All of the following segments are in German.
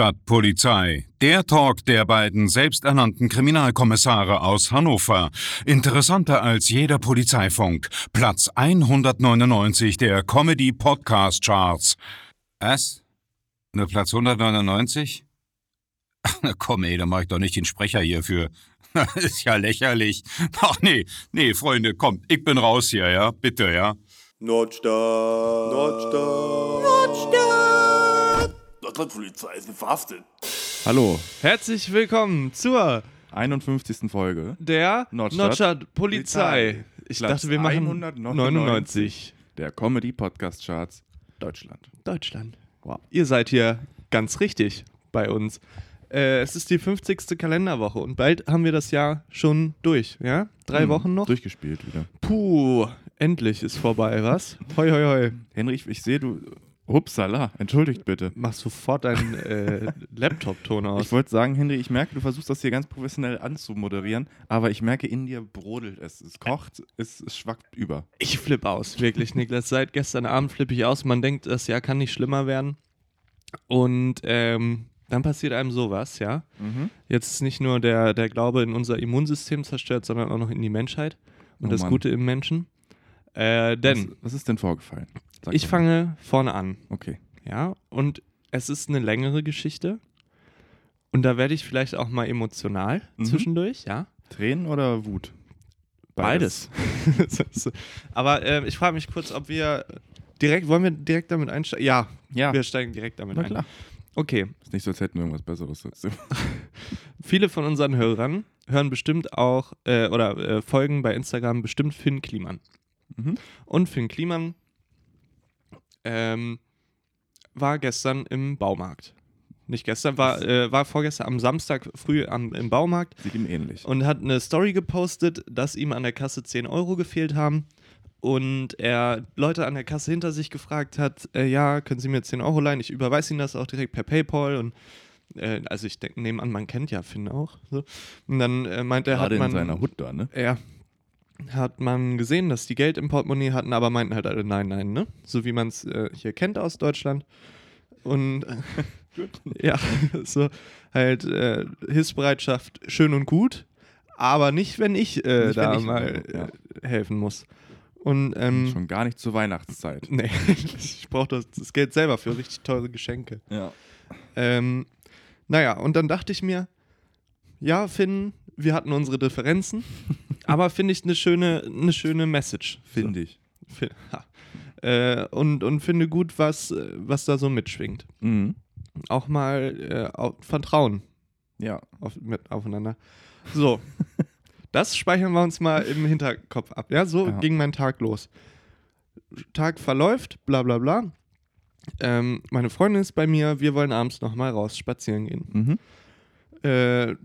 Nordstadtpolizei, der Talk der beiden selbsternannten Kriminalkommissare aus Hannover. Interessanter als jeder Polizeifunk. Platz 199 der Comedy Podcast Charts. Was? Ne Platz 199? Ach, na komm, ey, da mach ich doch nicht den Sprecher hierfür. Das ist ja lächerlich. Ach nee, nee, Freunde, kommt, ich bin raus hier, ja? Bitte, ja? Nordstadt. Nordstadt. Nordstadt. Nordstadtpolizei ist verhaftet. Hallo, Herzlich willkommen zur 51. Folge. der Nordstadt- Nordstadt-Polizei. Ich Platz dachte, wir machen 199. 199. Der Comedy Podcast Charts Deutschland. Deutschland. Wow. Ihr seid hier ganz richtig bei uns. Äh, es ist die 50. Kalenderwoche und bald haben wir das Jahr schon durch, ja? Drei Hm, Wochen noch? Durchgespielt wieder. Puh, endlich ist vorbei, was? Hoi, hoi, hoi. Henrich, ich sehe du. Hupsala, entschuldigt bitte. Mach sofort deinen äh, Laptop-Ton Ich aus. wollte sagen, Henry, ich merke, du versuchst das hier ganz professionell anzumoderieren, aber ich merke, in dir brodelt es. Es kocht, es, es schwappt über. Ich flippe aus, wirklich, Niklas. Seit gestern Abend flippe ich aus. Man denkt, das Jahr kann nicht schlimmer werden. Und ähm, dann passiert einem sowas, ja? Mhm. Jetzt ist nicht nur der, der Glaube in unser Immunsystem zerstört, sondern auch noch in die Menschheit und Oh das Mann. Gute im Menschen. Äh, denn Was, was ist denn vorgefallen? Sag ich doch fange vorne an, mal. Okay. ja, und es ist eine längere Geschichte. Und da werde ich vielleicht auch mal emotional Mhm. zwischendurch, ja. Tränen oder Wut? Beides. Das ist- Aber äh, ich frage mich kurz, ob wir direkt, wollen wir direkt damit einsteigen? Ja, Ja. wir steigen direkt damit Na ein. klar. Okay, Ist nicht so, als hätten wir irgendwas Besseres. Viele von unseren Hörern hören bestimmt auch äh, oder äh, folgen bei Instagram bestimmt Finn Kliman. Mhm. Und Finn Kliman ähm, war gestern im Baumarkt. Nicht gestern, war, äh, war vorgestern am Samstag früh am, im Baumarkt Sieht ihm ähnlich. und hat eine Story gepostet, dass ihm an der Kasse 10 Euro gefehlt haben. Und er Leute an der Kasse hinter sich gefragt hat, äh, ja, können Sie mir 10 Euro leihen? Ich überweise Ihnen das auch direkt per PayPal. Und äh, also ich denke, nehme an, man kennt ja Finn auch. So. Und dann äh, meint er, hat Gerade in man, seiner Hut da, ne? ja. Hat man gesehen, dass die Geld im Portemonnaie hatten, aber meinten halt alle nein, nein, ne? So wie man es äh, hier kennt aus Deutschland. Und ja, so halt äh, Hilfsbereitschaft schön und gut, aber nicht, wenn ich äh, Nicht, wenn da ich- mal ja. äh, helfen muss. Und ähm, Schon gar nicht zur Weihnachtszeit. nee, ich brauche das, das Geld selber für richtig teure Geschenke. Ja. Ähm, naja, und dann dachte ich mir, ja, Finn, wir hatten unsere Differenzen, aber finde ich eine schöne, eine schöne Message. Finde ich. So, Finn, ha. Äh, und, und finde gut, was, äh, was da so mitschwingt. Mhm. Auch mal äh, au- Vertrauen Ja. auf, mit, aufeinander. So, das speichern wir uns mal im Hinterkopf ab. Ja, so Ja. ging mein Tag los. Tag verläuft, bla bla bla. Ähm, meine Freundin ist bei mir, wir wollen abends nochmal raus spazieren gehen Mhm. äh,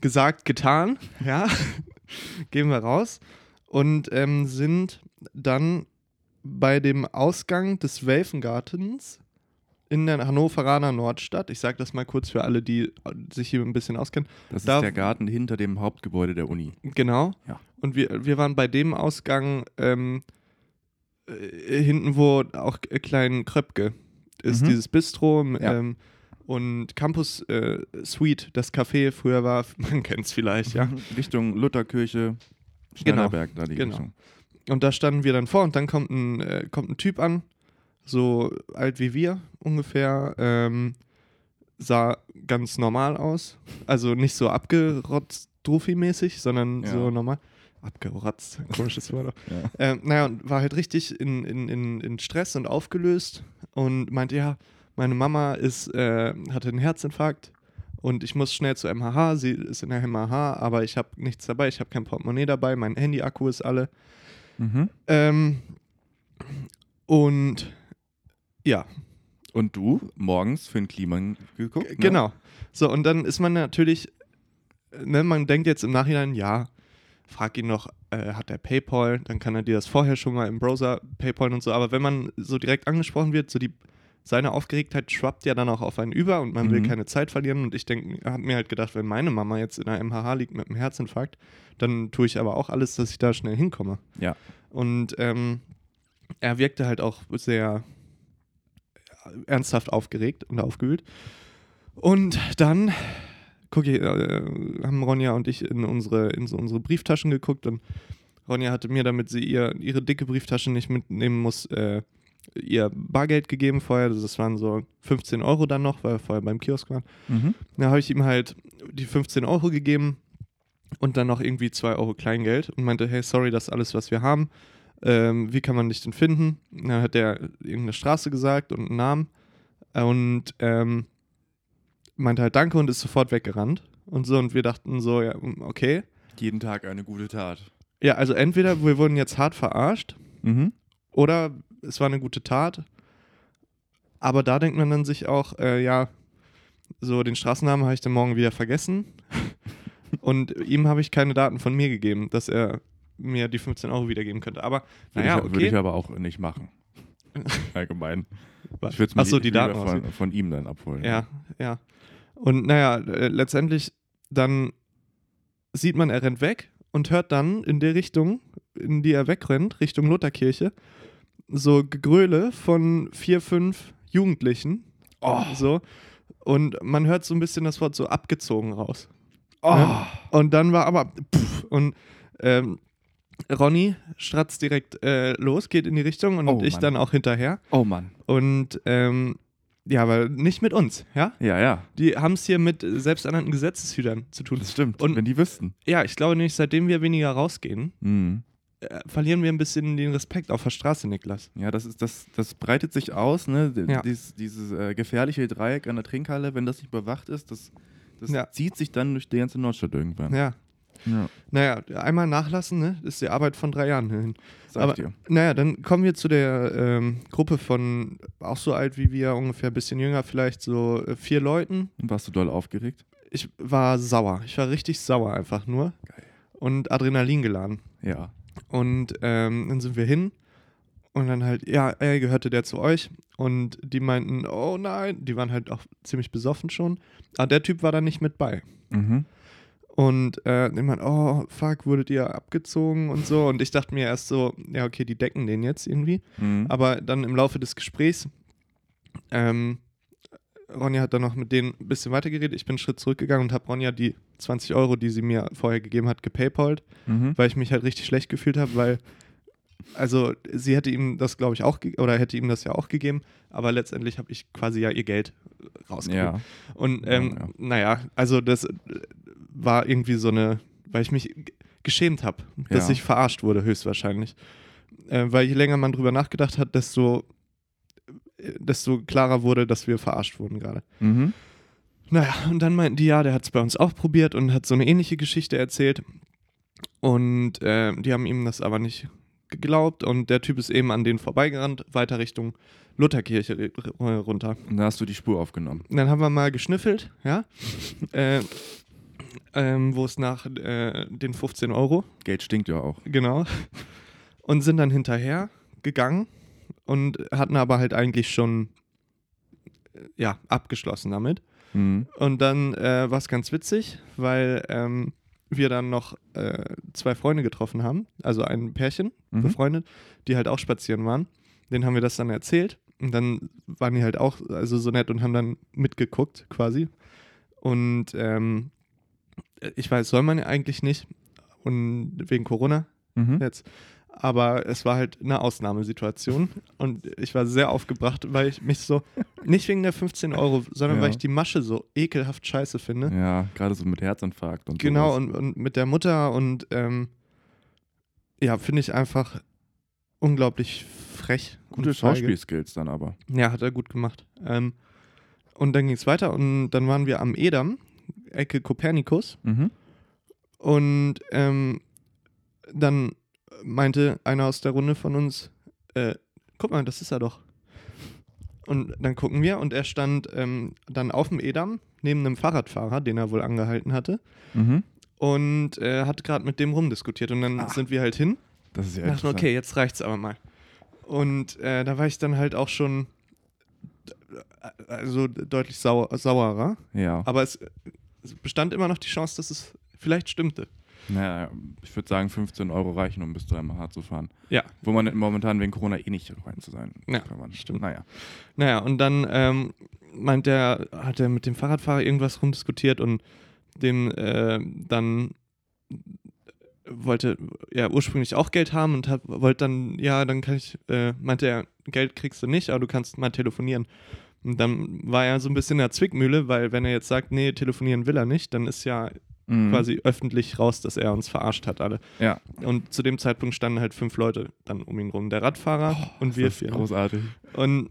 gesagt, getan. Ja, gehen wir raus und ähm, sind dann bei dem Ausgang des Welfengartens in der Hannoveraner Nordstadt. Ich sage das mal kurz für alle, die sich hier ein bisschen auskennen. Das Da- ist der Garten hinter dem Hauptgebäude der Uni. Genau. Ja. Und wir, wir waren bei dem Ausgang ähm, äh, hinten, wo auch äh, Klein Kröpke ist, Mhm. dieses Bistro m- Ja. ähm, und Campus äh, Suite, das Café früher war, man kennt es vielleicht, ja. Mhm. Richtung Lutherkirche, Schneiderberg, da die Genau. Richtung. Und da standen wir dann vor und dann kommt ein, äh, kommt ein Typ an, so alt wie wir ungefähr, ähm, sah ganz normal aus. Also nicht so abgerotzt, Drufi-mäßig, sondern Ja. so normal. Abgerotzt, komisches Wort. auch. Ja. Ähm, naja, und war halt richtig in, in, in, in Stress und aufgelöst und meinte, ja, meine Mama ist, äh, hatte einen Herzinfarkt und ich muss schnell zur MHH, sie ist in der MHH, aber ich habe nichts dabei, ich habe kein Portemonnaie dabei, mein Handy-Akku ist alle. Mhm. Ähm, und ja, Und du morgens für den Kliman geguckt? Ne? genau. So, und dann ist man natürlich, ne, man denkt jetzt im Nachhinein, ja, frag ihn noch, äh, hat er PayPal, dann kann er dir das vorher schon mal im Browser PayPal und so. Aber wenn man so direkt angesprochen wird, so die, seine Aufgeregtheit schwappt ja dann auch auf einen über und man will Mhm. keine Zeit verlieren. Und ich denke, habe mir halt gedacht, wenn meine Mama jetzt in der MHH liegt mit einem Herzinfarkt, dann tue ich aber auch alles, dass ich da schnell hinkomme. Ja. Und ähm, er wirkte halt auch sehr ernsthaft aufgeregt und aufgewühlt. Und dann guck ich, äh, haben Ronja und ich in unsere, in so unsere Brieftaschen geguckt und Ronja hatte mir, damit sie ihr, ihre dicke Brieftasche nicht mitnehmen muss, äh, ihr Bargeld gegeben vorher. Das waren so 15 Euro dann noch, weil wir vorher beim Kiosk waren. Mhm. Da habe ich ihm halt die 15 Euro gegeben und dann noch irgendwie 2 Euro Kleingeld und meinte, hey, sorry, das ist alles, was wir haben. Ähm, wie kann man dich denn finden? Und dann hat er irgendeine Straße gesagt und einen Namen und ähm, meinte halt Danke und ist sofort weggerannt und so. Und wir dachten so, ja, okay. Jeden Tag eine gute Tat. Ja, also entweder wir wurden jetzt hart verarscht Mhm. oder es war eine gute Tat. Aber da denkt man dann sich auch, äh, ja, so den Straßennamen habe ich dann morgen wieder vergessen. Und ihm habe ich keine Daten von mir gegeben, dass er mir die 15 Euro wiedergeben könnte. Aber Würde, naja, ich, würde ich okay. aber auch nicht machen. Allgemein. Ich würd's mir Achso, li- die Daten lieber rausgeben. von, von ihm dann abholen. Ja, ja. Und naja, äh, letztendlich dann sieht man, er rennt weg und hört dann in der Richtung, in die er wegrennt, Richtung Lutherkirche, so Gegröle von vier, fünf Jugendlichen. Oh. So. Und man hört so ein bisschen das Wort so abgezogen raus. Ne? Oh. Und dann war aber pff, und ähm, Ronny stratzt direkt äh, los, geht in die Richtung und Oh, ich Mann. dann auch hinterher. oh Mann. Und ähm, ja, aber nicht mit uns, ja? Ja, ja. Die haben es hier mit äh, selbsternannten Gesetzeshütern zu tun. Das stimmt. Und- wenn die wüssten. Ja, ich glaube nämlich, seitdem wir weniger rausgehen, Mhm. äh, verlieren wir ein bisschen den Respekt auf der Straße, Niklas. Ja, das ist das, das breitet sich aus, ne? D- Ja. Dies, dieses äh, gefährliche Dreieck an der Trinkhalle, wenn das nicht bewacht ist, das, das Ja. zieht sich dann durch die ganze Nordstadt irgendwann. Ja. Ja, Naja, einmal nachlassen, ne? Das ist die Arbeit von drei Jahren hin. sag Aber- ich dir. Naja, dann kommen wir zu der ähm, Gruppe von auch so alt wie wir, ungefähr ein bisschen jünger, vielleicht so äh, vier Leuten. Warst du doll aufgeregt? Ich war sauer. Ich war richtig sauer einfach nur. Geil. Und Adrenalin geladen. Ja. Und ähm, dann sind wir hin und dann halt, ja, ey, gehörte der zu euch? Und die meinten, oh nein, die waren halt auch ziemlich besoffen schon. Aber der Typ war da nicht mit bei. Mhm. Und äh, die meinten, oh fuck, wurdet ihr abgezogen und so. Und ich dachte mir erst so, ja, okay, die decken den jetzt irgendwie. Mhm. Aber dann im Laufe des Gesprächs, ähm, Ronja hat dann noch mit denen ein bisschen weitergeredet. Ich bin einen Schritt zurückgegangen und habe Ronja die 20 Euro, die sie mir vorher gegeben hat, gepaypalt Mhm. weil ich mich halt richtig schlecht gefühlt habe, weil also sie hätte ihm das glaube ich auch ge- oder hätte ihm das ja auch gegeben, aber letztendlich habe ich quasi ja ihr Geld rausgegeben. Ja. Und ähm, Ja, ja. naja, also das äh, war irgendwie so eine, weil ich mich g- geschämt habe, dass Ja. ich verarscht wurde höchstwahrscheinlich, äh, weil je länger man drüber nachgedacht hat, desto äh, desto klarer wurde, dass wir verarscht wurden gerade. Mhm. Naja, und dann meinten die, ja, der hat es bei uns auch probiert und hat so eine ähnliche Geschichte erzählt. Und äh, die haben ihm das aber nicht geglaubt und der Typ ist eben an denen vorbeigerannt, weiter Richtung Lutherkirche re- re- runter. Und da hast du die Spur aufgenommen. Und dann haben wir mal geschnüffelt, ja, äh, ähm, wo es nach äh, den 15 Euro, Geld stinkt ja auch. genau, und sind dann hinterher gegangen und hatten aber halt eigentlich schon, äh, ja, abgeschlossen damit. Mhm. Und dann äh, war es ganz witzig, weil ähm, wir dann noch äh, zwei Freunde getroffen haben, also ein Pärchen Mhm. befreundet, die halt auch spazieren waren. Den haben wir das dann erzählt und dann waren die halt auch also so nett und haben dann mitgeguckt quasi. Und ähm, ich weiß, soll man ja eigentlich nicht und wegen Corona Mhm. jetzt. Aber es war halt eine Ausnahmesituation und ich war sehr aufgebracht, weil ich mich so, nicht wegen der 15 Euro, sondern Ja. weil ich die Masche so ekelhaft scheiße finde. Ja, gerade so mit Herzinfarkt und ne? genau, sowas. und, und mit der Mutter und ähm, ja, finde ich einfach unglaublich frech. Gute und feige. Schauspielskills dann aber. Ja, hat er gut gemacht. Ähm, und dann ging es weiter und dann waren wir am Edam, Ecke Kopernikus. Mhm. Und ähm, dann meinte einer aus der Runde von uns, äh, guck mal, das ist er doch. Und dann gucken wir und er stand ähm, dann auf dem Edam neben einem Fahrradfahrer, den er wohl angehalten hatte, Mhm. und äh, hat gerade mit dem rumdiskutiert. Und dann Ah. sind wir halt hin Das ist ja dachten, interessant. okay, jetzt reicht's aber mal. Und äh, da war ich dann halt auch schon äh, also deutlich sau sauerer. Ja. Aber es, es bestand immer noch die Chance, dass es vielleicht stimmte. Naja, ich würde sagen, 15 Euro reichen, um bis zu MH zu fahren. Ja, Wo man momentan wegen Corona eh nicht rein zu sein Ja, kann. Man. stimmt. Naja. Naja, und dann ähm, meint er, hat er mit dem Fahrradfahrer irgendwas rumdiskutiert und dem äh, dann wollte er ursprünglich auch Geld haben und hat, wollte dann, ja, dann kann ich, äh, meinte er, Geld kriegst du nicht, aber du kannst mal telefonieren. Und dann war er so ein bisschen in der Zwickmühle, weil wenn er jetzt sagt, nee, telefonieren will er nicht, dann ist ja Mhm. quasi öffentlich raus, dass er uns verarscht hat, alle. Ja, Und zu dem Zeitpunkt standen halt fünf Leute dann um ihn rum. Der Radfahrer und wir Oh, das ist vier. großartig. Und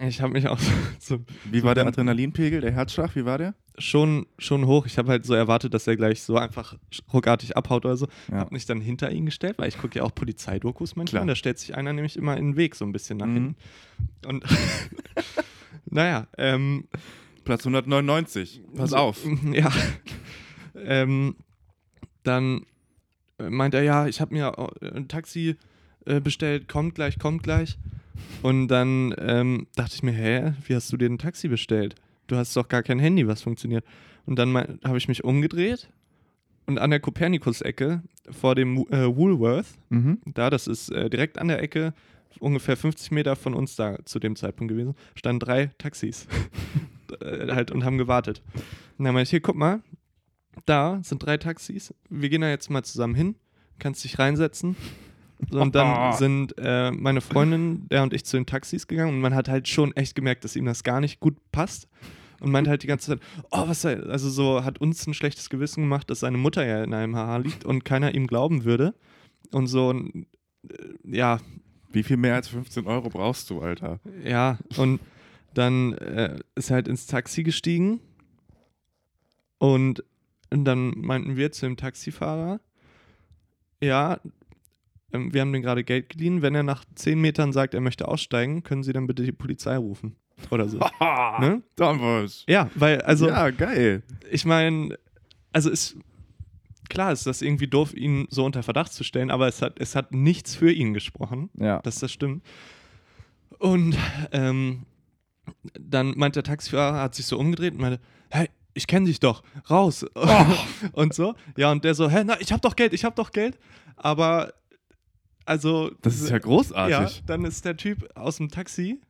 ich habe mich auch so Wie war der Adrenalinpegel, der Herzschlag, wie war der? schon, schon hoch. Ich habe halt so erwartet, dass er gleich so einfach ruckartig abhaut oder so. Ja. Habe mich dann hinter ihn gestellt, weil ich gucke ja auch Polizeidokus manchmal. Klar. Und da stellt sich einer nämlich immer in den Weg so ein bisschen nach Mhm. hinten. Und naja, ähm, Platz 199. Pass so- auf. Ja. ähm, dann äh, meint er, ja, ich habe mir äh, ein Taxi äh, bestellt, kommt gleich, kommt gleich. Und dann ähm, dachte ich mir, hä, wie hast du dir ein Taxi bestellt? Du hast doch gar kein Handy, was funktioniert. Und dann habe ich mich umgedreht und an der Kopernikus-Ecke vor dem äh, Woolworth, Mhm. da, das ist äh, direkt an der Ecke, ungefähr 50 Meter von uns da zu dem Zeitpunkt gewesen, standen drei Taxis äh, halt und haben gewartet. Und dann meinte ich, hier, guck mal, da sind drei Taxis, wir gehen da jetzt mal zusammen hin, kannst dich reinsetzen. So, und dann sind äh, meine Freundin, der und ich zu den Taxis gegangen und man hat halt schon echt gemerkt, dass ihm das gar nicht gut passt. Und meint halt die ganze Zeit, oh, was sei, also so hat uns ein schlechtes Gewissen gemacht, dass seine Mutter ja in einem HH liegt und keiner ihm glauben würde. Und so, und, äh, ja, Wie viel mehr als 15 Euro brauchst du, Alter? ja, und dann äh, ist er halt ins Taxi gestiegen und, und dann meinten wir zu dem Taxifahrer, ja, ähm, wir haben den gerade Geld geliehen, wenn er nach 10 Metern sagt, er möchte aussteigen, können Sie dann bitte die Polizei rufen oder so. Ha! ne? Damals. Ja, weil, also, ja, geil. ich meine, also ist klar, ist das irgendwie doof, ihn so unter Verdacht zu stellen, aber es hat, es hat nichts für ihn gesprochen Ja. dass das stimmt. Und ähm, dann meint der Taxifahrer, hat sich so umgedreht und meinte, hey, ich kenne dich doch, raus. Oh. und so. Ja, und der so, hä, na, ich hab doch Geld, ich hab doch Geld. Aber, also. Das ist ja ja, großartig. dann ist der Typ aus dem Taxi,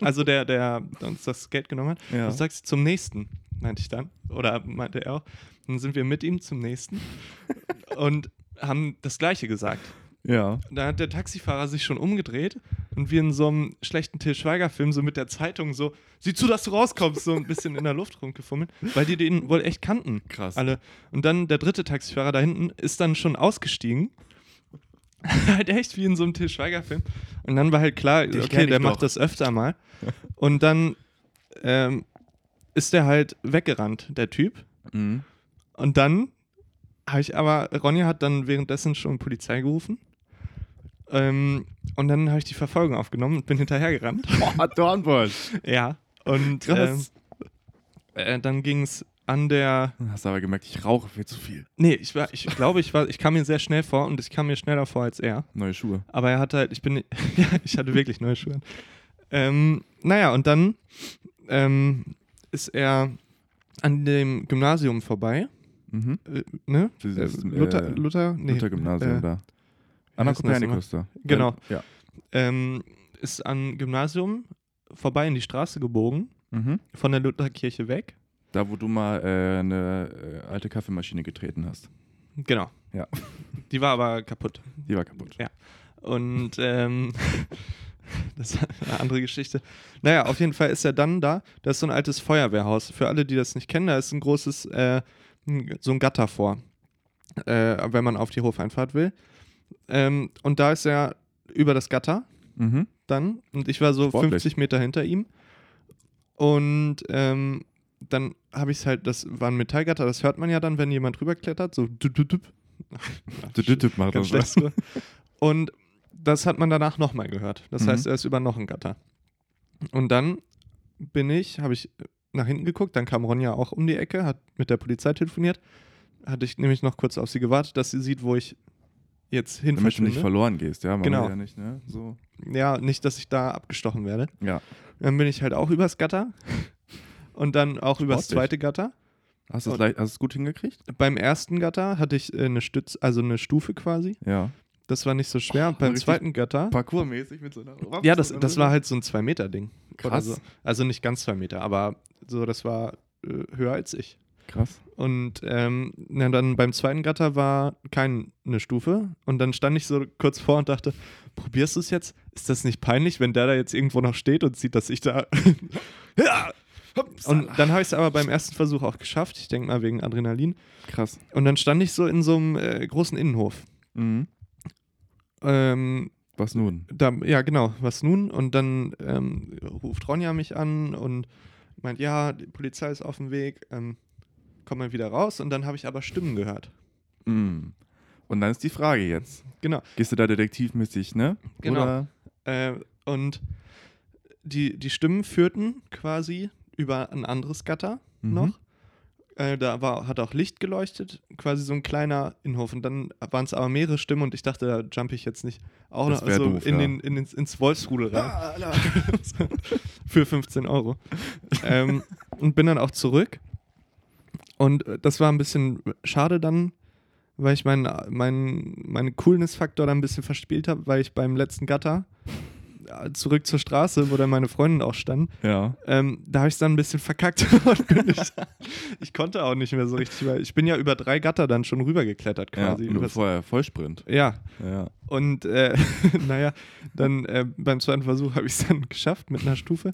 also der, der uns das Geld genommen hat, Ja. und sagst zum nächsten, meinte ich dann. Oder meinte er auch. Dann sind wir mit ihm zum nächsten und haben das Gleiche gesagt. Ja. Da hat der Taxifahrer sich schon umgedreht und wie in so einem schlechten Till Schweiger-Film, so mit der Zeitung, so, sieh zu, dass du rauskommst, so ein bisschen in der Luft rumgefummelt, weil die den wohl echt kannten. Krass. Alle. Und dann der dritte Taxifahrer da hinten ist dann schon ausgestiegen. halt echt wie in so einem Till Schweiger-Film. Und dann war halt klar, kenn okay, ich der doch. macht das öfter mal. Und dann ähm, ist der halt weggerannt, der Typ. Mhm. Und dann habe ich aber, Ronja hat dann währenddessen schon Polizei gerufen. Ähm, und dann habe ich die Verfolgung aufgenommen und bin hinterhergerannt. Boah, Dornbusch. ja. Und Krass. ähm, äh, dann ging es an der. Hast aber gemerkt, ich rauche viel zu viel. Nee, ich war, ich glaube, ich war, ich kam mir sehr schnell vor und ich kam mir schneller vor als er. Neue Schuhe. Aber er hatte halt, ich bin, ja, ich hatte wirklich neue Schuhe. an. Ähm, naja, und dann ähm, ist er an dem Gymnasium vorbei. Mhm. Äh, ne? Dieses, Äh, Luther, äh, Luther, nee, Luther-Gymnasium äh, da. Anna heißt denn das Kopernikus da. Genau. Ja. ähm, ist an Gymnasium vorbei in die Straße gebogen, Mhm. von der Lutherkirche weg. Da, wo du mal äh, eine äh, alte Kaffeemaschine getreten hast. Genau. Ja. Die war aber kaputt. Die war kaputt. Ja. Und ähm, das ist eine andere Geschichte. Naja, auf jeden Fall ist er dann da. Da ist so ein altes Feuerwehrhaus. Für alle, die das nicht kennen, da ist ein großes, äh, ein- so ein Gatter vor, äh, wenn man auf die Hofeinfahrt will. Ähm, und da ist er über das Gatter Mhm. dann und ich war so Sportlich. 50 Meter hinter ihm. Und ähm, dann habe ich es halt, das war ein Metallgatter, das hört man ja dann, wenn jemand rüberklettert, so dup, dup, dup. Du Dütüp macht ganz das. schlecht. so. Und das hat man danach nochmal gehört. Das Mhm. heißt, er ist über noch ein Gatter. Und dann bin ich, habe ich nach hinten geguckt, dann kam Ronja auch um die Ecke, hat mit der Polizei telefoniert, hatte ich nämlich noch kurz auf sie gewartet, dass sie sieht, wo ich jetzt hin Damit du nicht verschwinde. verloren gehst, ja? Man Genau. will Ja, nicht, ne? so. Ja, nicht, dass ich da abgestochen werde. ja. Dann bin ich halt auch übers Gatter und dann auch übers Sportlich. zweite Gatter Hast du es Und- leicht- hast du es gut hingekriegt? Beim ersten Gatter hatte ich äh, eine Stütz, also eine Stufe quasi. Ja. Das war nicht so schwer. Und Oh, beim richtig zweiten Gatter. Parkourmäßig mit so einer Ja, das, das war halt so ein 2-Meter-Ding. oder Krass. So. Also nicht ganz 2 Meter, aber so, das war äh, höher als ich. Krass. Und ähm, na, dann beim zweiten Gatter war keine Stufe. Und dann stand ich so kurz vor und dachte, probierst du es jetzt? Ist das nicht peinlich, wenn der da jetzt irgendwo noch steht und sieht, dass ich da. ja! Und dann habe ich es aber beim ersten Versuch auch geschafft. Ich denke mal wegen Adrenalin. Krass. Und dann stand ich so in so einem äh, großen Innenhof. Mhm. Ähm, Was nun? da, ja, genau, was nun? Und dann ähm, ruft Ronja mich an und meint, ja, die Polizei ist auf dem Weg, ähm, komm mal wieder raus. Und dann habe ich aber Stimmen gehört. Mhm. Und dann ist die Frage jetzt. Genau. Gehst du da detektivmäßig, ne? Genau. Oder? Äh, und die, die Stimmen führten quasi über ein anderes Gatter Mhm. noch. Äh, da war, hat auch Licht geleuchtet, quasi so ein kleiner Innenhof. Und dann waren es aber mehrere Stimmen und ich dachte, da jump ich jetzt nicht auch Das noch wär so doof, in ja. den, in ins, ins Wolfsrudel rein. Für 15 Euro. ähm, und bin dann auch zurück. Und äh, das war ein bisschen schade dann, weil ich meinen mein, meinen Coolness-Faktor dann ein bisschen verspielt habe, weil ich beim letzten Gatter äh, zurück zur Straße, wo dann meine Freundin auch stand, Ja. ähm, da habe ich es dann ein bisschen verkackt. und bin nicht- ich konnte auch nicht mehr so richtig, weil ich bin ja über drei Gatter dann schon rübergeklettert Ja. quasi. Und du Übers- vorher Vollsprint. ja. Ja. Und äh, naja, dann äh, beim zweiten Versuch habe ich es dann geschafft mit einer Stufe.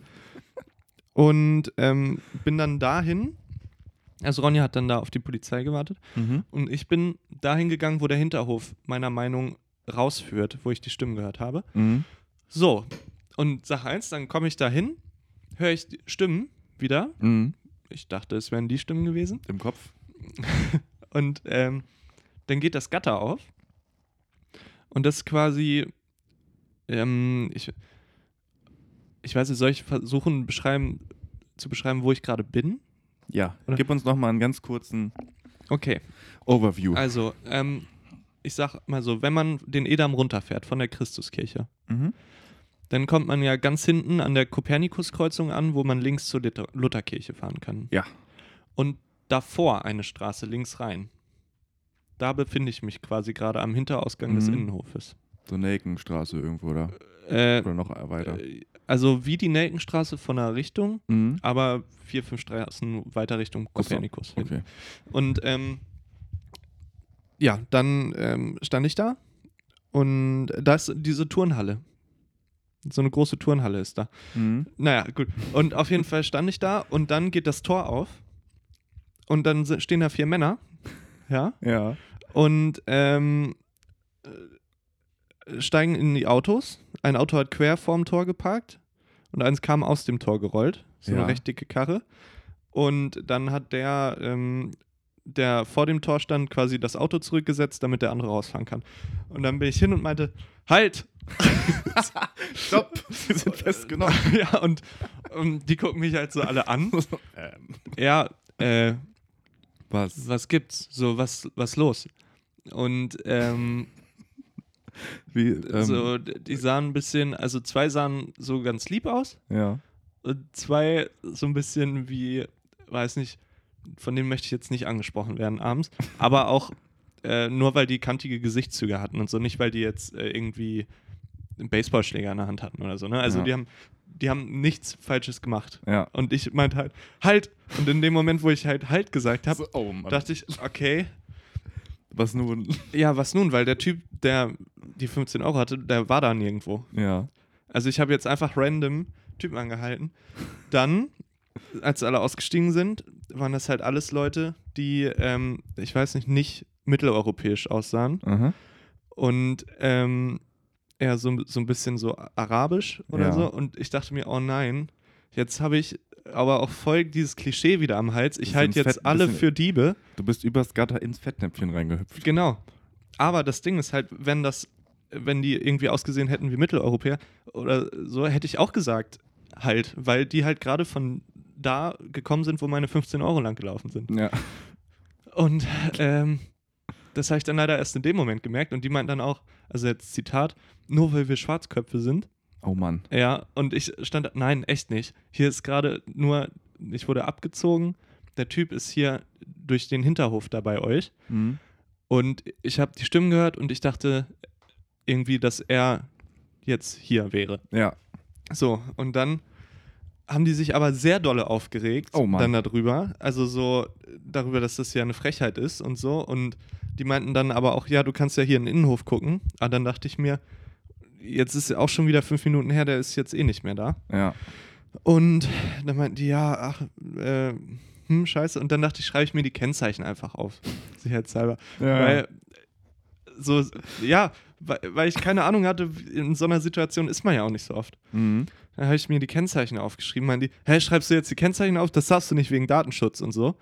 Und ähm, bin dann dahin. Also Ronja hat dann da auf die Polizei gewartet. Mhm. Und ich bin dahin gegangen, wo der Hinterhof meiner Meinung rausführt, wo ich die Stimmen gehört habe. Mhm. So, und Sache eins, dann komme ich dahin, höre ich die Stimmen wieder. Mhm. Ich dachte, es wären die Stimmen gewesen. Im Kopf. Und ähm, dann geht das Gatter auf. Und das ist quasi. Ähm, ich, ich weiß nicht, soll ich versuchen beschreiben, zu beschreiben, wo ich gerade bin? Ja. Oder- Gib uns nochmal einen ganz kurzen Okay. Overview. Also, ähm, ich sag mal so, wenn man den Edam runterfährt von der Christuskirche, Mhm. dann kommt man ja ganz hinten an der Kopernikuskreuzung an, wo man links zur Luther Lutherkirche fahren kann. Ja. Und davor eine Straße links rein. Da befinde ich mich quasi gerade am Hinterausgang des Mhm. Innenhofes. So eine Eckenstraße irgendwo, oder? Äh, Oder noch weiter. äh, also wie die Nelkenstraße von der Richtung, Mhm. aber vier, fünf Straßen weiter Richtung Ach so, Kopernikus. hin. Okay. Und ähm, ja, dann ähm, stand ich da und da ist diese Turnhalle. So eine große Turnhalle ist da. Mhm. Naja, gut. Und auf jeden Fall stand ich da und dann geht das Tor auf und dann si- stehen da vier Männer. Ja. Ja. Und ähm, äh, steigen in die Autos. Ein Auto hat quer vorm Tor geparkt und eins kam aus dem Tor gerollt. So Ja. eine recht dicke Karre. Und dann hat der, ähm, der vor dem Tor stand, quasi das Auto zurückgesetzt, damit der andere rausfahren kann. Und dann bin ich hin und meinte, halt! Stopp! Sie sind festgenommen. Äh, ja, und, und die gucken mich halt so alle an. Ähm. Ja, äh, Was? was gibt's? So, was, was los? Und ähm, Wie, ähm, so, d- die sahen ein bisschen, also zwei sahen so ganz lieb aus Ja. und zwei so ein bisschen wie, weiß nicht, von denen möchte ich jetzt nicht angesprochen werden abends, aber auch äh, nur weil die kantige Gesichtszüge hatten und so, nicht weil die jetzt äh, irgendwie einen Baseballschläger in der Hand hatten oder so, ne? Also Ja. die haben die haben nichts Falsches gemacht. Ja. Und ich meinte halt, halt! Und in dem Moment, wo ich halt halt gesagt habe, oh Mann. dachte ich, okay, was nun? ja, was nun? Weil der Typ, der die 15 Euro hatte, der war da nirgendwo. Ja. Also ich habe jetzt einfach random Typen angehalten. Dann, als alle ausgestiegen sind, waren das halt alles Leute, die, ähm, ich weiß nicht, nicht mitteleuropäisch aussahen Aha. und ähm, eher so, so ein bisschen so arabisch oder Ja. so. Und ich dachte mir, oh nein, jetzt habe ich aber auch voll dieses Klischee wieder am Hals. Ich Bisschen halte fett- jetzt alle bisschen- für Diebe. Du bist übers Gatter ins Fettnäpfchen reingehüpft. Genau. Aber das Ding ist halt, wenn das, wenn die irgendwie ausgesehen hätten wie Mitteleuropäer oder so, hätte ich auch gesagt, halt, weil die halt gerade von da gekommen sind, wo meine 15 Euro lang gelaufen sind. Ja. Und ähm, das habe ich dann leider erst in dem Moment gemerkt und die meinten dann auch, also jetzt Zitat, nur weil wir Schwarzköpfe sind. Oh Mann. Ja, und ich stand, da, nein, echt nicht. Hier ist gerade nur, ich wurde abgezogen, der Typ ist hier durch den Hinterhof da bei euch. Mhm. Und ich habe die Stimmen gehört und ich dachte irgendwie, dass er jetzt hier wäre. Ja. So, und dann haben die sich aber sehr dolle aufgeregt Oh Mann. dann darüber. Also so äh, darüber, dass das ja eine Frechheit ist und so. Und die meinten dann aber auch, ja, du kannst ja hier in den Innenhof gucken. Aber dann dachte ich mir, jetzt ist ja auch schon wieder fünf Minuten her, der ist jetzt eh nicht mehr da. Ja. Und dann meinten die, ja, ach, äh, hm, scheiße. Und dann dachte ich, schreibe ich mir die Kennzeichen einfach auf. Sicherheitshalber. Weil, so, ja, weil, weil ich keine Ahnung hatte, wie- in so einer Situation ist man ja auch nicht so oft. mhm. Dann habe ich mir die Kennzeichen aufgeschrieben, meinte die, hä, schreibst du jetzt die Kennzeichen auf? Das darfst du nicht wegen Datenschutz und so.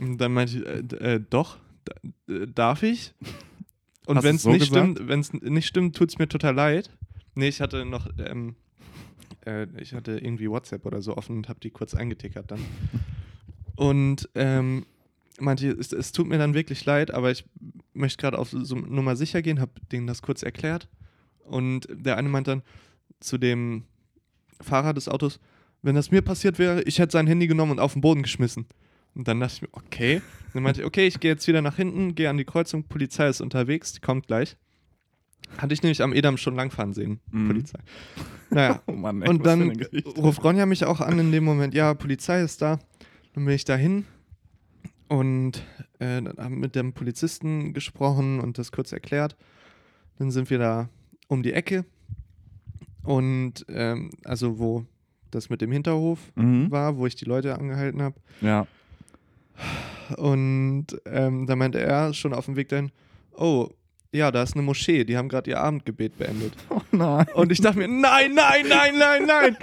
Und dann meinte ich, äh, d- äh, doch, d- äh, darf ich? Und Hast du wenn es es so nicht gesagt? stimmt, wenn es nicht stimmt, tut es mir total leid. Nee, ich hatte noch, ähm, äh, ich hatte irgendwie WhatsApp oder so offen und habe die kurz eingetickert dann. Und ähm, meinte, es, es tut mir dann wirklich leid, aber ich möchte gerade auf so Nummer sicher gehen, habe denen das kurz erklärt. Und der eine meint dann zu dem Fahrer des Autos, wenn das mir passiert wäre, ich hätte sein Handy genommen und auf den Boden geschmissen. Und dann dachte ich mir, okay. Dann meinte ich, okay, ich gehe jetzt wieder nach hinten, gehe an die Kreuzung, Polizei ist unterwegs, die kommt gleich. Hatte ich nämlich am Edam schon langfahren sehen, Mhm. Polizei. Naja, Oh Mann, ey, und was für dann eine Geschichte. ruft Ronja mich auch an in dem Moment, ja, Polizei ist da. Dann bin ich dahin und äh, dann haben mit dem Polizisten gesprochen und das kurz erklärt. Dann sind wir da um die Ecke und ähm, also wo das mit dem Hinterhof Mhm. war, wo ich die Leute angehalten habe. Ja. Und ähm, da meinte er schon auf dem Weg dahin, oh, ja, da ist eine Moschee, die haben gerade ihr Abendgebet beendet. Oh nein. Und ich dachte mir, nein, nein, nein, nein, nein.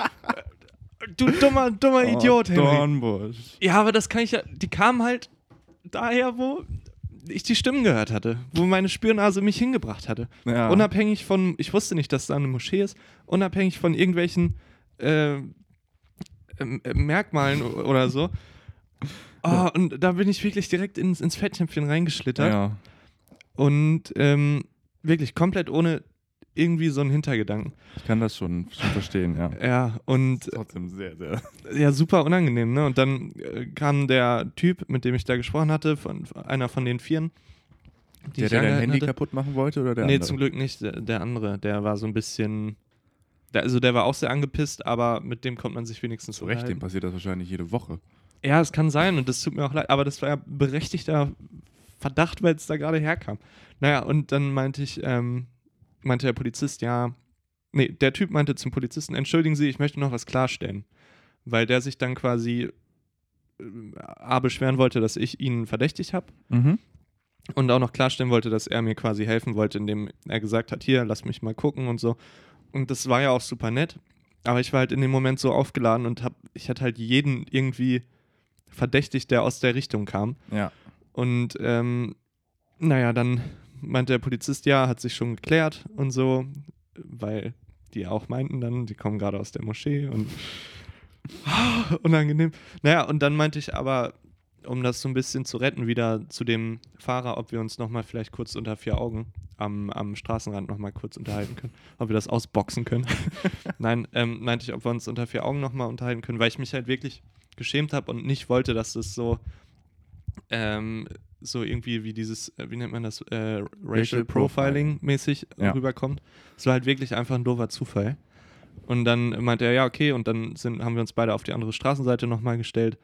Du dummer, dummer Oh, Oh, Idiot, Henry. Dornbusch. Ja, aber das kann ich ja. Die kamen halt daher, wo ich die Stimmen gehört hatte, wo meine Spürnase mich hingebracht hatte. Ja. Unabhängig von, ich wusste nicht, dass da eine Moschee ist, unabhängig von irgendwelchen äh, ähm, äh, Merkmalen o- oder so. Oh, und da bin ich wirklich direkt ins, ins Fettnäpfchen reingeschlittert Ja. und ähm, wirklich komplett ohne irgendwie so einen Hintergedanken. Ich kann das schon, schon verstehen, ja. Ja, und Trotzdem sehr, sehr. ja, super unangenehm, ne? Und dann äh, kam der Typ, mit dem ich da gesprochen hatte, von von einer von den Vieren. die Der, der ich dein angehalten Handy hatte. kaputt machen wollte oder der Nee, andere? zum Glück nicht. Der, der andere, der war so ein bisschen. Der, also der war auch sehr angepisst, aber mit dem kommt man sich wenigstens Zu Recht, dem unterhalten. passiert das wahrscheinlich jede Woche. Ja, es kann sein und das tut mir auch leid, aber das war ja berechtigter Verdacht, weil es da gerade herkam. Naja, und dann meinte ich, ähm, meinte der Polizist, ja, nee, der Typ meinte zum Polizisten, entschuldigen Sie, ich möchte noch was klarstellen. Weil der sich dann quasi ähm, A beschweren wollte, dass ich ihn verdächtigt habe Mhm. und auch noch klarstellen wollte, dass er mir quasi helfen wollte, indem er gesagt hat, hier, lass mich mal gucken und so. Und das war ja auch super nett, aber ich war halt in dem Moment so aufgeladen und hab, ich hatte halt jeden irgendwie verdächtigt, der aus der Richtung kam. Ja. Und ähm, naja, dann meinte der Polizist, ja, hat sich schon geklärt und so, weil die auch meinten dann, die kommen gerade aus der Moschee und unangenehm. Naja, und dann meinte ich aber, um das so ein bisschen zu retten, wieder zu dem Fahrer, ob wir uns nochmal vielleicht kurz unter vier Augen am, am Straßenrand nochmal kurz unterhalten können, ob wir das ausboxen können. Nein, ähm, meinte ich, ob wir uns unter vier Augen nochmal unterhalten können, weil ich mich halt wirklich geschämt habe und nicht wollte, dass das so ähm, so irgendwie wie dieses, äh, wie nennt man das, äh, Racial Racial Profiling. Profiling mäßig Ja. rüberkommt. Es war halt wirklich einfach ein doofer Zufall. Und dann meinte er, ja, okay, und dann sind, haben wir uns beide auf die andere Straßenseite nochmal gestellt.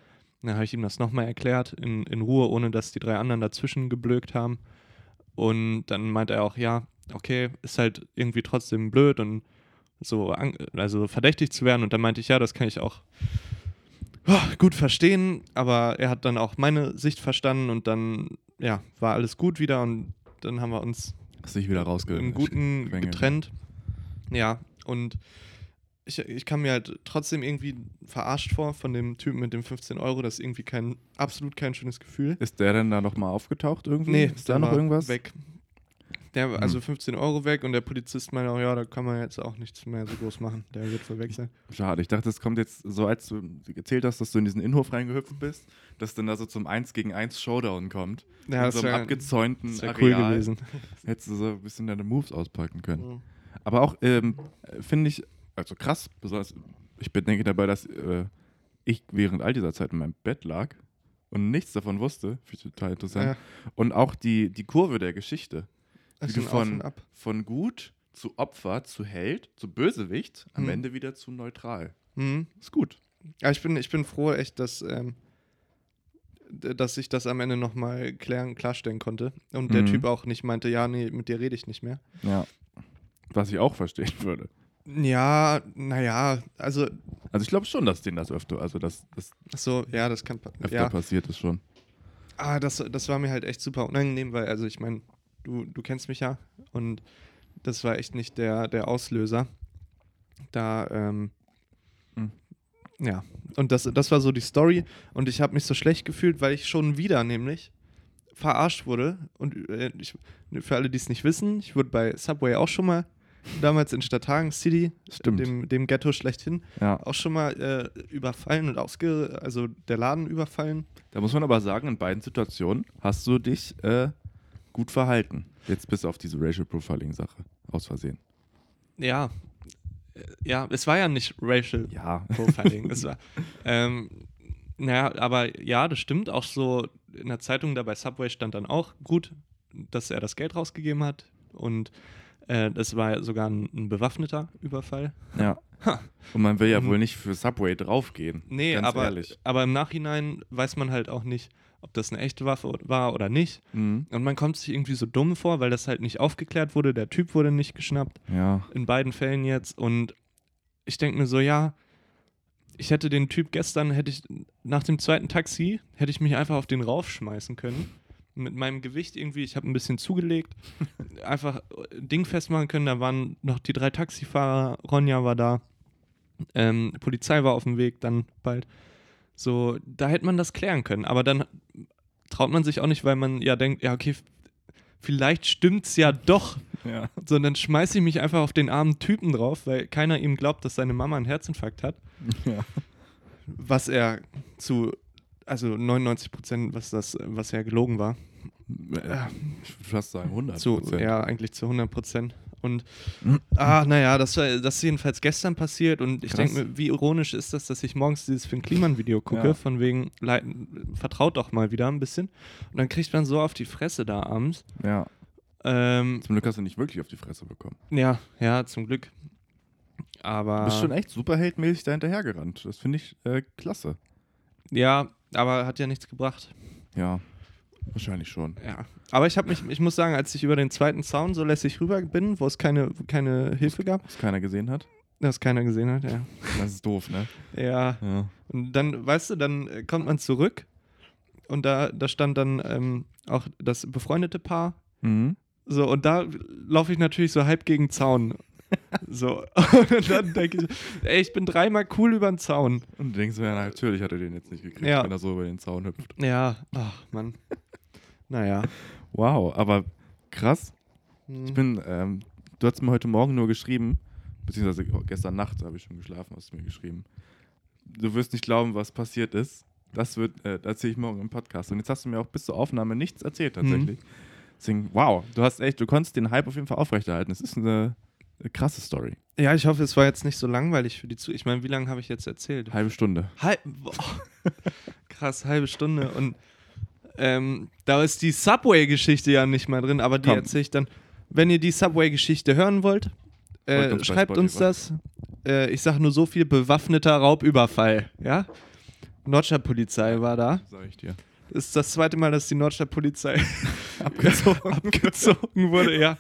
Und Dann habe ich ihm das nochmal erklärt, in, in Ruhe, ohne dass die drei anderen dazwischen geblökt haben. Und dann meinte er auch, ja, okay, ist halt irgendwie trotzdem blöd und so, an, also verdächtig zu werden. Und dann meinte ich, ja, das kann ich auch oh, gut verstehen, aber er hat dann auch meine Sicht verstanden und dann, ja, war alles gut wieder und dann haben wir uns Hast dich wieder rausgehört. im Guten getrennt. Ja, und ich, ich kam mir halt trotzdem irgendwie verarscht vor von dem Typen mit dem 15 Euro. Das ist irgendwie kein, absolut kein schönes Gefühl. Ist der denn da nochmal aufgetaucht irgendwie? ist da der noch war irgendwas? Weg. Der, war also 15 Euro weg und der Polizist meinte auch, ja, da kann man jetzt auch nichts mehr so groß machen. Der wird wohl weg sein. Schade, ich dachte, es kommt jetzt so, als du erzählt hast, dass du in diesen Innenhof reingehüpft bist, dass dann da so zum 1 gegen 1 Showdown kommt. Ja, in das so einem wär- abgezäunten Das wäre Areal. cool gewesen. Hättest du so ein bisschen deine Moves auspacken können. Mhm. Aber auch, ähm, finde ich, also krass, besonders, ich bedenke dabei, dass äh, ich während all dieser Zeit in meinem Bett lag und nichts davon wusste, finde ich total interessant. Ja. Und auch die, die Kurve der Geschichte. Es Wie du ging auf und von, ab. von gut zu Opfer, zu Held, zu Bösewicht, am Mhm. Ende wieder zu neutral. Mhm. Ist gut. Ja, ich bin, ich bin froh, echt, dass, ähm, d- dass ich das am Ende nochmal klarstellen konnte. Und der Mhm. Typ auch nicht meinte, ja, nee, mit dir rede ich nicht mehr. Ja. Was ich auch verstehen würde. Ja, naja, also, Also ich glaube schon, dass denen das öfter, also das, das ach so, ja, das kann pa- öfter ja. passiert ist schon. Ah, das, das war mir halt echt super unangenehm, weil, also ich meine, du, du kennst mich ja und das war echt nicht der, der Auslöser. Da, ähm, Mhm. ja, und das, das war so die Story und ich habe mich so schlecht gefühlt, weil ich schon wieder nämlich verarscht wurde und äh, ich, für alle, die es nicht wissen, ich wurde bei Subway auch schon mal damals in Stadthagen City, Stimmt. dem, dem Ghetto schlechthin, Ja. auch schon mal äh, überfallen und ausge, also der Laden überfallen. Da muss man aber sagen, in beiden Situationen hast du dich äh, gut verhalten. Jetzt bis auf diese Racial Profiling-Sache. Aus Versehen. Ja. Äh, Ja, es war ja nicht Racial Ja. Profiling. es war, ähm, naja, aber ja, das stimmt. Auch so in der Zeitung da bei Subway stand dann auch gut, dass er das Geld rausgegeben hat. Und äh, das war sogar ein, ein bewaffneter Überfall. Ja. Und man will ja wohl nicht für Subway draufgehen. Nee, ganz aber, Ehrlich. aber im Nachhinein weiß man halt auch nicht, ob das eine echte Waffe war oder nicht. Mhm. Und man kommt sich irgendwie so dumm vor, weil das halt nicht aufgeklärt wurde. Der Typ wurde nicht geschnappt. Ja. in beiden Fällen jetzt und ich denke mir so, ja, ich hätte den Typ gestern, hätte ich nach dem zweiten Taxi, hätte ich mich einfach auf den raufschmeißen können. Mit meinem Gewicht irgendwie, ich habe ein bisschen zugelegt, einfach äh, Ding festmachen können. Da waren noch die drei Taxifahrer, Ronja war da, ähm, Polizei war auf dem Weg, dann bald. So, da hätte man das klären können. Aber dann traut man sich auch nicht, weil man ja denkt, ja, okay, f- vielleicht stimmt's ja doch ja. sondern schmeiße ich mich einfach auf den armen Typen drauf, weil keiner ihm glaubt, dass seine Mama einen Herzinfarkt hat. Ja. Was er zu, also 99 Prozent, was das, was ja gelogen war. Äh, Ich würde fast sagen 100 Zu, ja, eigentlich zu 100 Prozent. Und, ah, naja, das war, das ist jedenfalls gestern passiert und ich Krass. denke mir, wie ironisch ist das, dass ich morgens dieses Finn Kliman-Video gucke, Ja. von wegen, Leid- vertraut doch mal wieder ein bisschen. Und dann kriegt man so auf die Fresse da abends. ja. Ähm, Zum Glück hast du nicht wirklich auf die Fresse bekommen. ja, ja, zum Glück. Aber. Du bist schon echt superheldmäßig da hinterhergerannt. Das finde ich äh, klasse. Ja, aber hat ja nichts gebracht. Ja. Wahrscheinlich schon. Ja. Aber ich habe mich, ich muss sagen, als ich über den zweiten Zaun so lässig rüber bin, wo es keine, keine Hilfe gab, Was keiner gesehen hat. das keiner gesehen hat, ja. Das ist doof, ne? Ja. Ja. Und dann, weißt du, dann äh, kommt man zurück und da, da stand dann ähm, auch das befreundete Paar. Mhm. So, und da laufe ich natürlich so halb gegen Zaun. So. Und dann denke ich, ey, ich bin dreimal cool über den Zaun. Und du denkst mir, na, natürlich hat er den jetzt nicht gekriegt, Ja. wenn er so über den Zaun hüpft. Ja, ach Mann. Naja. Hm. Wow, aber krass. Ich Ich bin, ähm, du hast mir heute Morgen nur geschrieben, beziehungsweise gestern Nacht habe ich schon geschlafen, hast du mir geschrieben. Du wirst nicht glauben, was passiert ist. Das wird, äh, das erzähle ich morgen im Podcast. Und jetzt hast du mir auch bis zur Aufnahme nichts erzählt Mhm. tatsächlich. Deswegen, wow, du hast echt, du konntest den Hype auf jeden Fall aufrechterhalten. Es ist eine, eine krasse Story. Ja, ich hoffe, es war jetzt nicht so langweilig für die Zu. Ich meine, wie lange habe ich jetzt erzählt? Halbe Stunde. Halb. Boah. Krass, halbe Stunde. Und ähm, da ist die Subway-Geschichte ja nicht mal drin, aber die Komm. erzähle ich dann. Wenn ihr die Subway-Geschichte hören wollt, Folgt äh, uns bei schreibt uns das. Äh, ich sage nur so viel: bewaffneter Raubüberfall. Ja? Nordstadtpolizei war da. Sag ich dir. Das ist das zweite Mal, dass die Nordstadtpolizei abgezogen, abgezogen wurde, ja.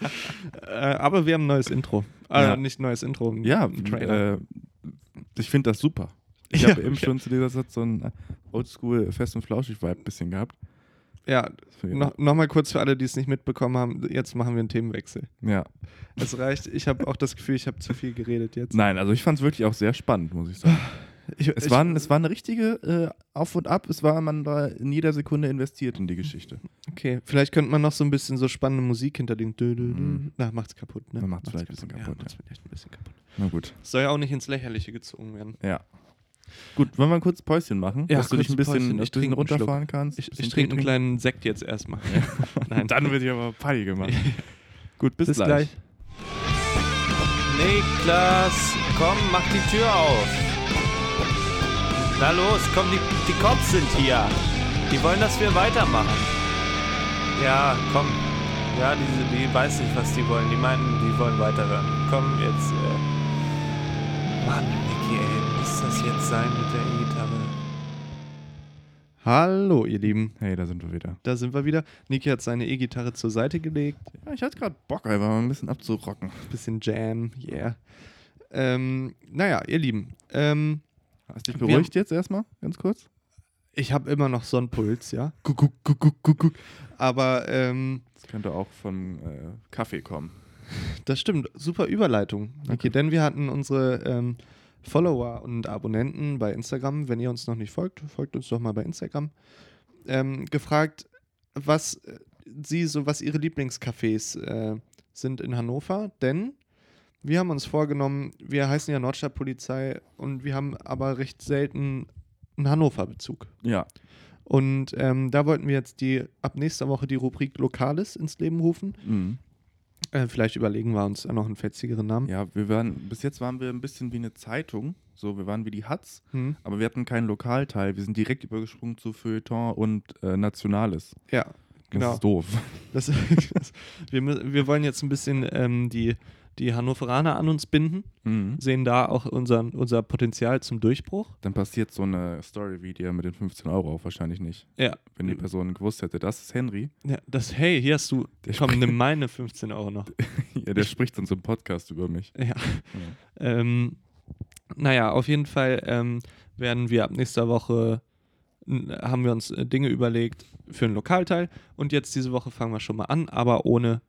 Äh, aber wir haben ein neues Intro. Äh, Ja. Nicht ein neues Intro. ein- Ja, ein Trailer. äh, ich finde das super. Ich Ja, habe eben okay. schon zu dieser Zeit so ein äh, Oldschool Fest und Flauschig Vibe bisschen gehabt. Ja, Deswegen- no, nochmal kurz für alle, die es nicht mitbekommen haben, jetzt machen wir einen Themenwechsel. Ja. Es reicht, ich habe auch das Gefühl, ich habe zu viel geredet jetzt. Nein, also ich fand es wirklich auch sehr spannend, muss ich sagen. Ich, Es, ich- war, ein- es war eine richtige äh, Auf und Ab. Es war, man war in jeder Sekunde investiert in die Geschichte. okay, vielleicht könnte man noch so ein bisschen so spannende Musik hinter den. Dö, dö, dö. Mhm. Na, macht's kaputt, ne? Dann macht's vielleicht ein bisschen kaputt, Ja, ja. macht's vielleicht ein bisschen kaputt. Na gut. Soll ja auch nicht ins Lächerliche gezogen werden. Ja. Gut, wollen wir ein kurzes Päuschen machen? Ja, dass du dich ein kurzes bisschen, Päuschen. dass Ich du ein bisschen trinke einen Schluck. runterfahren kannst. Ich, bisschen ich trinke einen Tee kleinen Sekt jetzt erstmal. Nein, Dann wird hier aber Party gemacht. gut, bis, bis gleich. gleich. Niklas, komm, mach die Tür auf. Na los, komm, die, die Cops sind hier. Die wollen, dass wir weitermachen. Ja, komm. Ja, die, die weiß nicht, was die wollen. Die meinen, die wollen weiterhören. Komm, jetzt. Äh. Mann, Niki, ey, muss das jetzt sein mit der E-Gitarre? Hallo, ihr Lieben. Hey, da sind wir wieder. Da sind wir wieder. Niki hat seine E-Gitarre zur Seite gelegt. Ja, ich hatte gerade Bock, einfach mal ein bisschen abzurocken. Bisschen Jam, yeah. Ähm, naja, ihr Lieben. Ähm, Hast dich Wir- beruhigt jetzt erstmal, ganz kurz? ich habe immer noch Sonnenpuls, ja. Guck, guck, guck, guck, guck, guck. Aber ähm, Das könnte auch vom äh, Kaffee kommen. das stimmt. Super Überleitung, Niki. Denn wir hatten unsere ähm, Follower und Abonnenten bei Instagram. Wenn ihr uns noch nicht folgt, folgt uns doch mal bei Instagram. Ähm, gefragt, was äh, sie so, was ihre Lieblingscafés äh, sind in Hannover. Denn wir haben uns vorgenommen, wir heißen ja Nordstadtpolizei und wir haben aber recht selten einen Hannover-Bezug. Ja. Und ähm, da wollten wir jetzt die ab nächster Woche die Rubrik Lokales ins Leben rufen. Mhm. Äh, vielleicht überlegen wir uns noch einen fetzigeren Namen. Ja, wir waren, bis jetzt waren wir ein bisschen wie eine Zeitung. So, wir waren wie die Hatz, Hm? aber wir hatten keinen Lokalteil. Wir sind direkt übergesprungen zu Feuilleton und äh, Nationales. ja Das genau. ist doof. Das das, wir, mü- wir wollen jetzt ein bisschen ähm, die, die Hannoveraner an uns binden, Mhm. sehen da auch unseren, unser Potenzial zum Durchbruch. Dann passiert so eine Story wie dir mit den 15 Euro auch wahrscheinlich nicht. Ja. Wenn die Person gewusst hätte, das ist Henry. ja das, hey, hier hast du, Der komm, spricht- nimm meine 15 Euro noch. ja, der spricht dann so im Podcast über mich. Ja. Ähm, naja, auf jeden Fall ähm, werden wir ab nächster Woche n- haben wir uns äh, Dinge überlegt für einen Lokalteil und jetzt diese Woche fangen wir schon mal an, aber ohne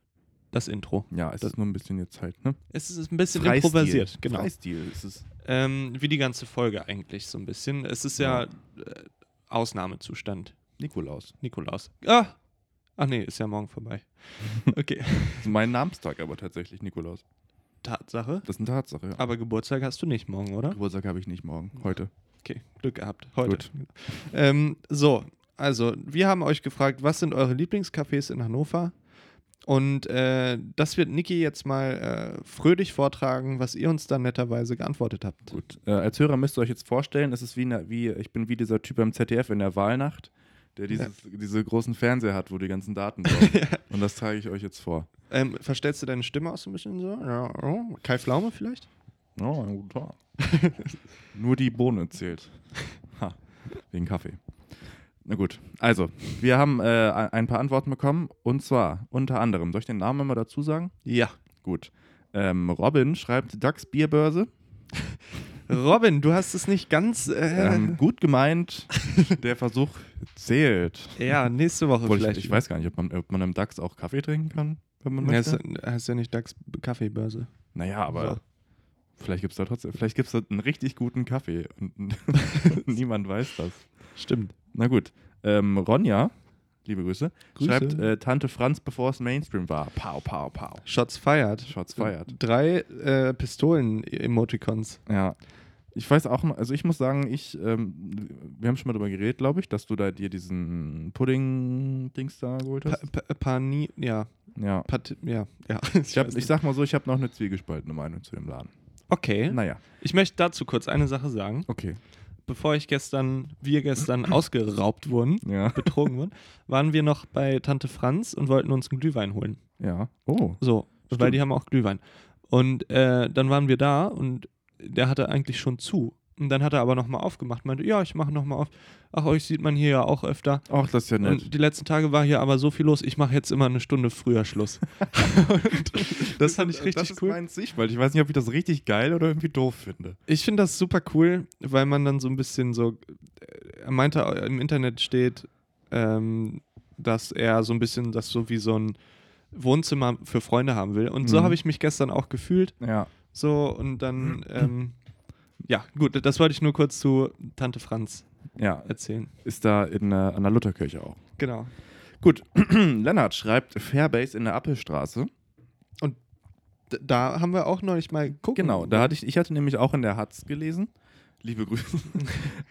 das Intro. Ja, es Das- ist nur ein bisschen jetzt halt, ne? Es ist ein bisschen Freistil. improvisiert, genau. Freistil ist es. Ähm, wie die ganze Folge eigentlich so ein bisschen. Es ist ja, äh, Ausnahmezustand, Nikolaus. Nikolaus. Ah! Ach nee, ist ja morgen vorbei. Okay, Das ist mein Namenstag aber tatsächlich, Nikolaus. Tatsache. Das ist eine Tatsache. Ja. Aber Geburtstag hast du nicht morgen, oder? Geburtstag habe ich nicht morgen, heute. Okay, Glück gehabt. Heute. Ähm, so, also, wir haben euch gefragt, was sind eure Lieblingscafés in Hannover? Und äh, das wird Niki jetzt mal äh, fröhlich vortragen, was ihr uns dann netterweise geantwortet habt. Gut. Äh, als Hörer müsst ihr euch jetzt vorstellen, es ist wie, eine, wie, ich bin wie dieser Typ beim ZDF in der Wahlnacht, der dieses, diese großen Fernseher hat, wo die ganzen Daten drauf sind. Und das zeige ich euch jetzt vor. Ähm, verstellst du deine Stimme auch so ein bisschen so? Ja, oh. Kai Flaume vielleicht? Oh, ein guter Tag. Nur die Bohne zählt. Ha, wegen Kaffee. Na gut, also, wir haben äh, ein paar Antworten bekommen und zwar unter anderem, soll ich den Namen mal dazu sagen? Ja. Gut. Ähm, Robin schreibt DAX Bierbörse. Robin, du hast es nicht ganz. Äh, Ähm, gut gemeint, der Versuch zählt. ja, nächste Woche Obwohl, vielleicht. ich, ich weiß gar nicht, ob man, ob man im DAX auch Kaffee trinken kann, wenn man Ja, es möchte. heißt ja nicht DAX Kaffeebörse. naja, aber So. vielleicht gibt es da trotzdem, vielleicht gibt es da einen richtig guten Kaffee und niemand weiß das. Stimmt. Na gut. Ähm, Ronja, liebe Grüße, Grüße. schreibt äh, Tante Franz, bevor es Mainstream war. Pow, pow, pow. Shots fired. Shots fired. Drei äh, Pistolen-Emoticons. Ja. Ich weiß auch, noch- also ich muss sagen, ich, ähm, wir haben schon mal drüber geredet, glaube ich, dass du da dir diesen Pudding-Dings da geholt Pa hast. pa Pani, ja, ja. Pat ja, ja. Ich, hab, weiß ich sag mal so, ich habe noch eine zwiegespaltene Meinung zu dem Laden. nicht. okay. Naja, Ich möchte dazu kurz eine Sache sagen. okay. Bevor ich gestern, wir gestern ausgeraubt wurden, Ja. betrogen wurden, waren wir noch bei Tante Franz und wollten uns einen Glühwein holen. Ja. Oh. So, weil Stimmt. die haben auch Glühwein. Und äh, dann waren wir da und der hatte eigentlich schon zu. Und dann hat er aber nochmal aufgemacht, meinte, ja, ich mache nochmal auf. Ach, euch sieht man hier ja auch öfter. Ach, das ist ja nett. Und die letzten Tage war hier aber so viel los, ich mache jetzt immer eine Stunde früher Schluss. Und das fand ich richtig Äh, das ist cool. meins ich, weil ich weiß nicht, ob ich das richtig geil oder irgendwie doof finde. Ich finde das super cool, weil man dann so ein bisschen so. äh, Er meinte, äh, im Internet steht, ähm, dass er so ein bisschen das so wie so ein Wohnzimmer für Freunde haben will. Und so Mhm. habe ich mich gestern auch gefühlt. Ja. So und Mhm. dann. Ähm, ja, gut, das wollte ich nur kurz zu Tante Franz Ja. erzählen. Ist da in, äh, an der Lutherkirche auch. Genau. Gut, Lennart schreibt Fairbase in der Appelstraße. D da haben wir auch neulich mal geguckt. Genau, da hatte ich, ich hatte nämlich auch in der Hatz gelesen. Liebe Grüße.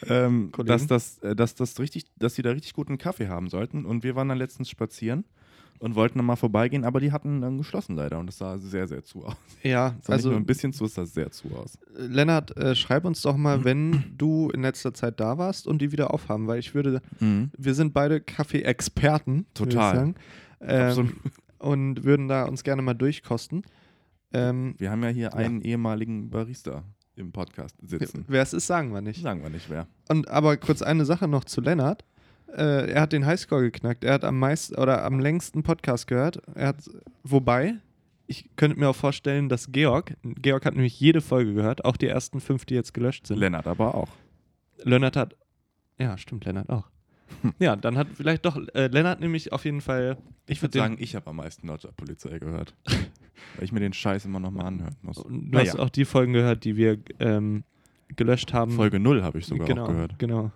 ähm, Kollegen. dass, das, äh, dass, das richtig, dass sie da richtig guten Kaffee haben sollten. Und wir waren dann letztens spazieren und wollten dann mal vorbeigehen, aber die hatten dann geschlossen leider und das sah sehr, sehr zu aus. Ja, Es sah also, nicht also nur ein bisschen zu, es sah sehr zu aus. äh, Lennart, äh, schreib uns doch Mhm. mal, wenn du in letzter Zeit da warst und die wieder aufhaben, weil ich würde, Mhm. wir sind beide Kaffee-Experten. würde ich Total. sagen. Absolut. Ähm, und würden da uns gerne mal durchkosten. Ähm, Wir haben ja hier einen ehemaligen Barista im Podcast sitzen. wer es ist, sagen wir nicht. Sagen wir nicht wer. Und aber kurz eine Sache noch zu Lennart. Äh, er hat den Highscore geknackt. Er hat am meisten oder am längsten Podcast gehört. Er hat, wobei, ich könnte mir auch vorstellen, dass Georg, Georg hat nämlich jede Folge gehört, auch die ersten fünf, die jetzt gelöscht sind. Lennart aber auch. Lennart hat, ja, stimmt, Lennart auch. Hm. ja, dann hat vielleicht doch, äh, Lennart nämlich auf jeden Fall, Ich würde sagen, ich habe am meisten Deutscher Polizei gehört. weil ich mir den Scheiß immer nochmal anhören muss. du hast auch die Folgen gehört, die wir ähm, gelöscht haben. Folge 0 habe ich sogar genau, auch gehört. Genau.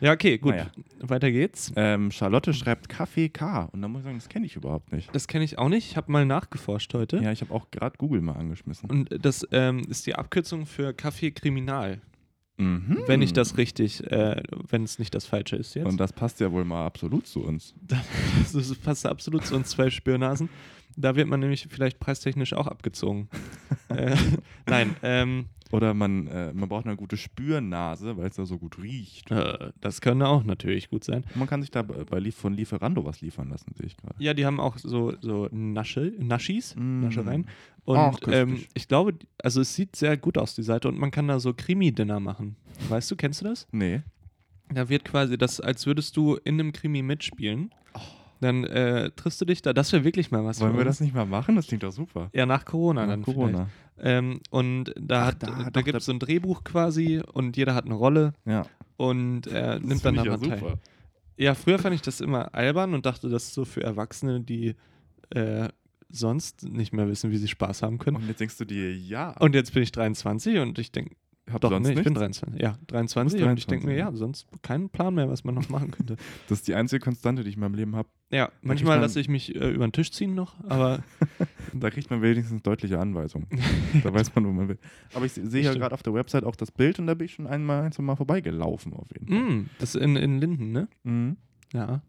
Ja, okay, gut. Naja. Weiter geht's. Ähm, Charlotte schreibt Kaffee K. Und da muss ich sagen, das kenne ich überhaupt nicht. Das kenne ich auch nicht. Ich habe mal nachgeforscht heute. Ja, ich habe auch gerade Google mal angeschmissen. Und das ähm, ist die Abkürzung für Kaffee Kriminal, Mhm. wenn ich das richtig, äh, wenn es nicht das Falsche ist jetzt. Und das passt ja wohl mal absolut zu uns. das, das passt absolut zu uns zwei Spürnasen. Da wird man nämlich vielleicht preistechnisch auch abgezogen. äh, nein, ähm, Oder man, äh, man braucht eine gute Spürnase, weil es da so gut riecht. äh, das könnte auch natürlich gut sein. Man kann sich da bei, bei Lief- von Lieferando was liefern lassen, sehe ich gerade. Ja, die haben auch so, so Nasche, Naschis, Mm. Naschereien. Und Auch köstlich. ähm, ich glaube, die- also es sieht sehr gut aus, die Seite. Und man kann da so Krimi-Dinner machen. Weißt du, kennst du das? Nee. Da wird quasi das, als würdest du in einem Krimi mitspielen. Dann äh, triffst du dich da. Das wäre wirklich mal was. Oh. Wollen für wir uns. das nicht mal machen? Das klingt doch super. Ja, nach Corona Nach dann. Corona. vielleicht. Ähm, und da, Ach, hat, da, da, doch, gibt da- es so ein Drehbuch quasi und jeder hat eine Rolle Ja. und äh, nimmt dann daran teil. Ja, früher fand ich das immer albern und dachte, das ist so für Erwachsene, die äh, sonst nicht mehr wissen, wie sie Spaß haben können. Und jetzt denkst du dir, ja, Und jetzt bin ich 23 und ich denke, hab doch, nee, ich Oh. nichts. bin 23. Ja, 23 und 23, ich denke mir, ja. ja, sonst keinen Plan mehr, was man noch machen könnte. Das ist die einzige Konstante, die ich in meinem Leben habe. Ja, manchmal man- lasse ich mich äh, über den Tisch ziehen noch, aber Da kriegt man wenigstens deutliche Anweisungen. da weiß man, wo man will. Aber ich sehe ja stimmt. gerade auf der Website auch das Bild und da bin ich schon einmal ein, zwei Mal vorbeigelaufen auf jeden Fall. mm, das in, in Linden, ne? Mhm. Ja.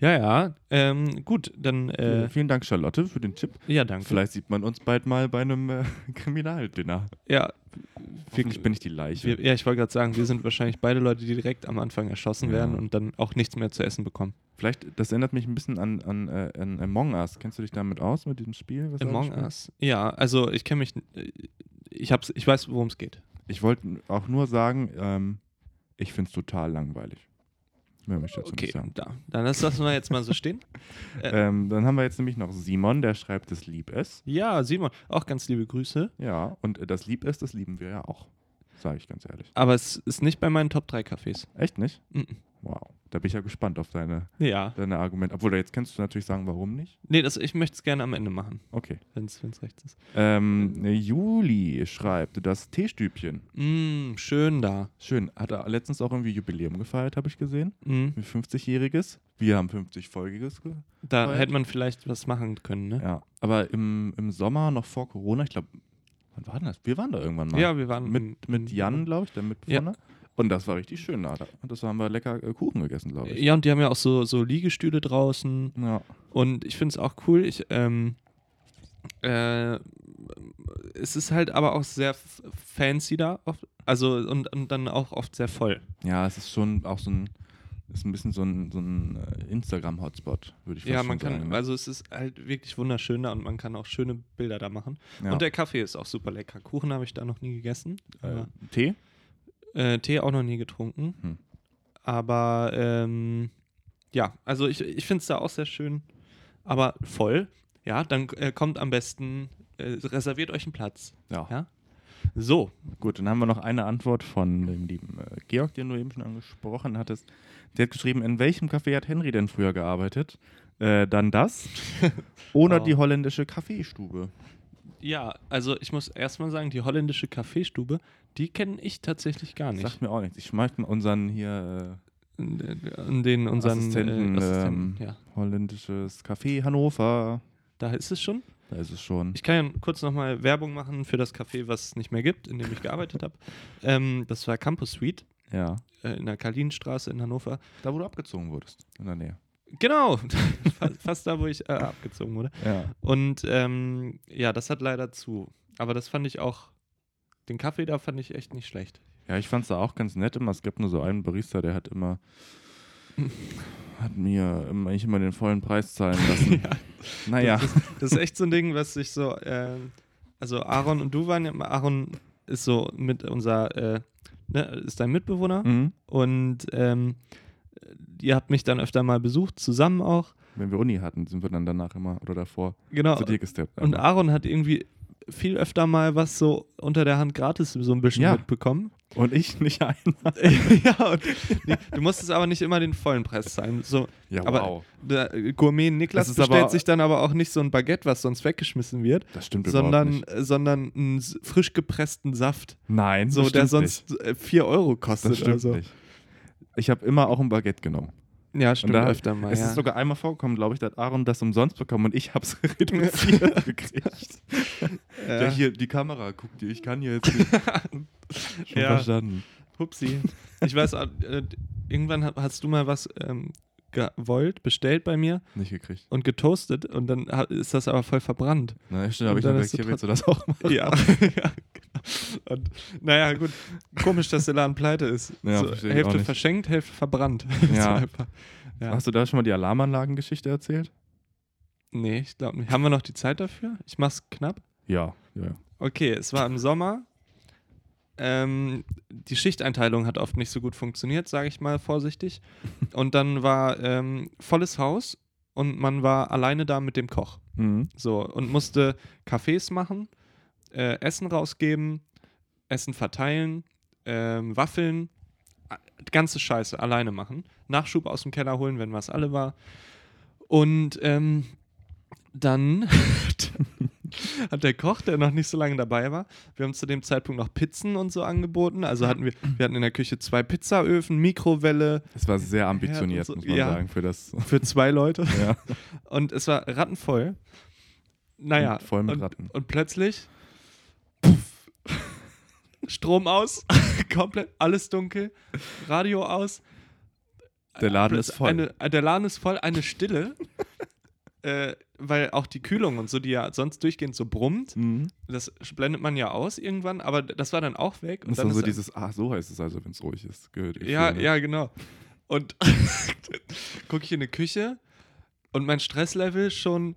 Ja, ja. Ähm, gut, dann, äh, Vielen Dank, Charlotte, für den Tipp. ja, danke. Vielleicht sieht man uns bald mal bei einem äh, Kriminaldinner. Ja, wir, Hoffentlich bin ich die Leiche. wir, ja, ich wollte gerade sagen, wir sind wahrscheinlich beide Leute, die direkt am Anfang erschossen Ja. werden und dann auch nichts mehr zu essen bekommen. Vielleicht, das erinnert mich ein bisschen an, an, äh, an Among Us. Kennst du dich damit aus, mit diesem Spiel? was da Among gespielt? Us. Ja, also ich kenne mich, äh, ich, hab's, ich weiß, worum es geht. Ich wollte auch nur sagen, ähm, ich finde es total langweilig. Mehr möchte ich dazu Okay, nicht sagen. da, dann lass das mal jetzt mal so stehen. Ähm, dann haben wir jetzt nämlich noch Simon, der schreibt, das lieb ist. Ja, Simon, auch ganz liebe Grüße. Ja, und äh, das lieb ist, das lieben wir ja auch. Sage ich ganz ehrlich. Aber es ist nicht bei meinen Top 3 Cafés. Echt nicht? Mhm. Wow. Da bin ich ja gespannt auf deine, Ja. deine Argumente. Obwohl, jetzt kannst du natürlich sagen, warum nicht. Nee, das, ich möchte es gerne am Ende machen, Okay. wenn es rechts ist. Ähm, Juli schreibt, das Teestübchen. Mm, schön da. Schön. Hat er letztens auch irgendwie Jubiläum gefeiert, habe ich gesehen. Mm, Ein 50-jähriges. Wir haben 50-folgiges. ge- da Voll. hätte man vielleicht was machen können, ne? Ja. Aber im, im Sommer, noch vor Corona, ich glaube, wann war denn das? Wir waren da irgendwann mal. wir waren Mit, mit Jan, glaube ich, der Mitbewohner. Und das war richtig schön. Da. Und das haben wir lecker äh, Kuchen gegessen, glaube ich. Ja, und die haben ja auch so, so Liegestühle draußen. Ja. Und ich finde es auch cool. Ich, ähm, äh, es ist halt aber auch sehr f- fancy da oft. Also und, und dann auch oft sehr voll. Ja, es ist schon auch so ein, ist ein bisschen so ein, so ein äh, Instagram-Hotspot, würde ich fast ja, schon man kann, sagen. ne? also es ist halt wirklich wunderschön da und man kann auch schöne Bilder da machen. ja. also, Und der Kaffee ist auch super lecker. Kuchen habe ich da noch nie gegessen. äh, aber- Tee? Äh, Tee auch noch nie getrunken. Hm. Aber ähm, ja, also ich, ich finde es da auch sehr schön, aber voll. Ja, dann äh, kommt am besten, äh, reserviert euch einen Platz. Ja. Ja? So, Gut, dann haben wir noch eine Antwort von dem lieben äh, Georg, den du eben schon angesprochen hattest. Der hat geschrieben, in welchem Café hat Henry denn früher gearbeitet? Äh, dann das. Oder Oh. die holländische Kaffeestube. ja, also ich muss erstmal sagen, die holländische Kaffeestube, die kenne ich tatsächlich gar nicht. Sagt mir auch nichts. Ich schmeiß mal unseren hier äh, äh, An den unseren Assistenten, äh, Assistenten ähm, ja. äh, holländisches Café Hannover. Da ist es schon. Da ist es schon. Ich kann ja kurz nochmal Werbung machen für das Café, was es nicht mehr gibt, in dem ich gearbeitet habe. Ähm, das war Campus Suite Ja. äh, in der Kalinstraße in Hannover. Da, wo du abgezogen wurdest. In der Nähe. Genau, Fast- fast da, wo ich äh, abgezogen wurde. Ja. Und ähm, ja, das hat leider zu. Aber das fand ich auch, den Kaffee da fand ich echt nicht schlecht. Ja, ich fand's da auch ganz nett immer. Es gab nur so einen Barista, der hat immer. hat mir immer, eigentlich immer den vollen Preis zahlen lassen. Naja. Das, ist- das ist echt so ein Ding, was ich so, ähm, also Aaron und du waren ja, Aaron ist so mit unser, äh, ne, ist dein Mitbewohner Mhm. und ähm, ihr habt mich dann öfter mal besucht, zusammen auch. Wenn wir Uni hatten, sind wir dann danach immer oder davor Genau. zu dir gesteppt. Und einfach. Aaron hat irgendwie viel öfter mal was so unter der Hand gratis so ein bisschen Ja. mitbekommen. und ich nicht einmal. ja, und, nee, du musstest aber nicht immer den vollen Preis zahlen. So, Ja, aber wow. der äh, Gourmet Niklas Das ist bestellt aber- sich dann aber auch nicht so ein Baguette, was sonst weggeschmissen wird, Das stimmt überhaupt sondern, nicht. äh, sondern einen s- frisch gepressten Saft, Nein, so, das der stimmt sonst äh, 4 Euro kostet. Das stimmt also. nicht. Ich habe immer auch ein Baguette genommen. Ja, stimmt da- öfter mal. Äh, es ja. ist sogar einmal vorgekommen, glaube ich, da hat Aaron das umsonst bekommen und ich habe es reduziert gekriegt. Ja. ja. hier, die Kamera, guck dir, ich kann hier jetzt nicht. Schon Ja. verstanden. Hupsi. Ich weiß, äh, irgendwann ha- hast du mal was ähm, gewollt, bestellt bei mir Nicht gekriegt. und getoastet und dann ha- ist das aber voll verbrannt. Na, stimmt, Und aber ich dann habe hast du hier willst du das auch machen. Ja, ja genau. Und, naja, gut. Komisch, dass der Laden pleite ist. Ja, so, versteh ich auch Hälfte nicht. verschenkt, Hälfte verbrannt. so Ja. einfach. Ja. Hast du da schon mal die Alarmanlagengeschichte erzählt? Nee, ich glaube nicht. Haben wir noch die Zeit dafür? Ich mach's knapp. Ja. ja. Okay, es war im Sommer. Ähm, die Schichteinteilung hat oft nicht so gut funktioniert, sage ich mal vorsichtig. Und dann war ähm, volles Haus und man war alleine da mit dem Koch. Mhm. So, und musste Cafés machen, äh, Essen rausgeben, Essen verteilen, ähm, Waffeln, a- ganze Scheiße alleine machen. Nachschub aus dem Keller holen, wenn was alle war. Und ähm, dann hat der Koch, der noch nicht so lange dabei war, wir haben zu dem Zeitpunkt noch Pizzen und so angeboten. Also hatten wir, wir hatten in der Küche zwei Pizzaöfen, Mikrowelle Es war sehr ambitioniert, Ja, und muss so- man ja. sagen, für das. für zwei Leute. Ja. Und es war rattenvoll. Naja. Und voll mit und, Ratten. Und plötzlich. Puff, Strom aus. komplett alles dunkel. Radio aus. Der Laden ist voll. Eine, äh, der Laden ist voll. Eine Stille. äh, weil auch die Kühlung und so, die ja sonst durchgehend so brummt, Mhm. das blendet man ja aus irgendwann. Aber das war dann auch weg. Und das ist dann so ist- dieses, ah, so heißt es also, wenn es ruhig ist. Gehört ihr ja, für, ne? ja, genau. Und gucke ich in die Küche und mein Stresslevel schon,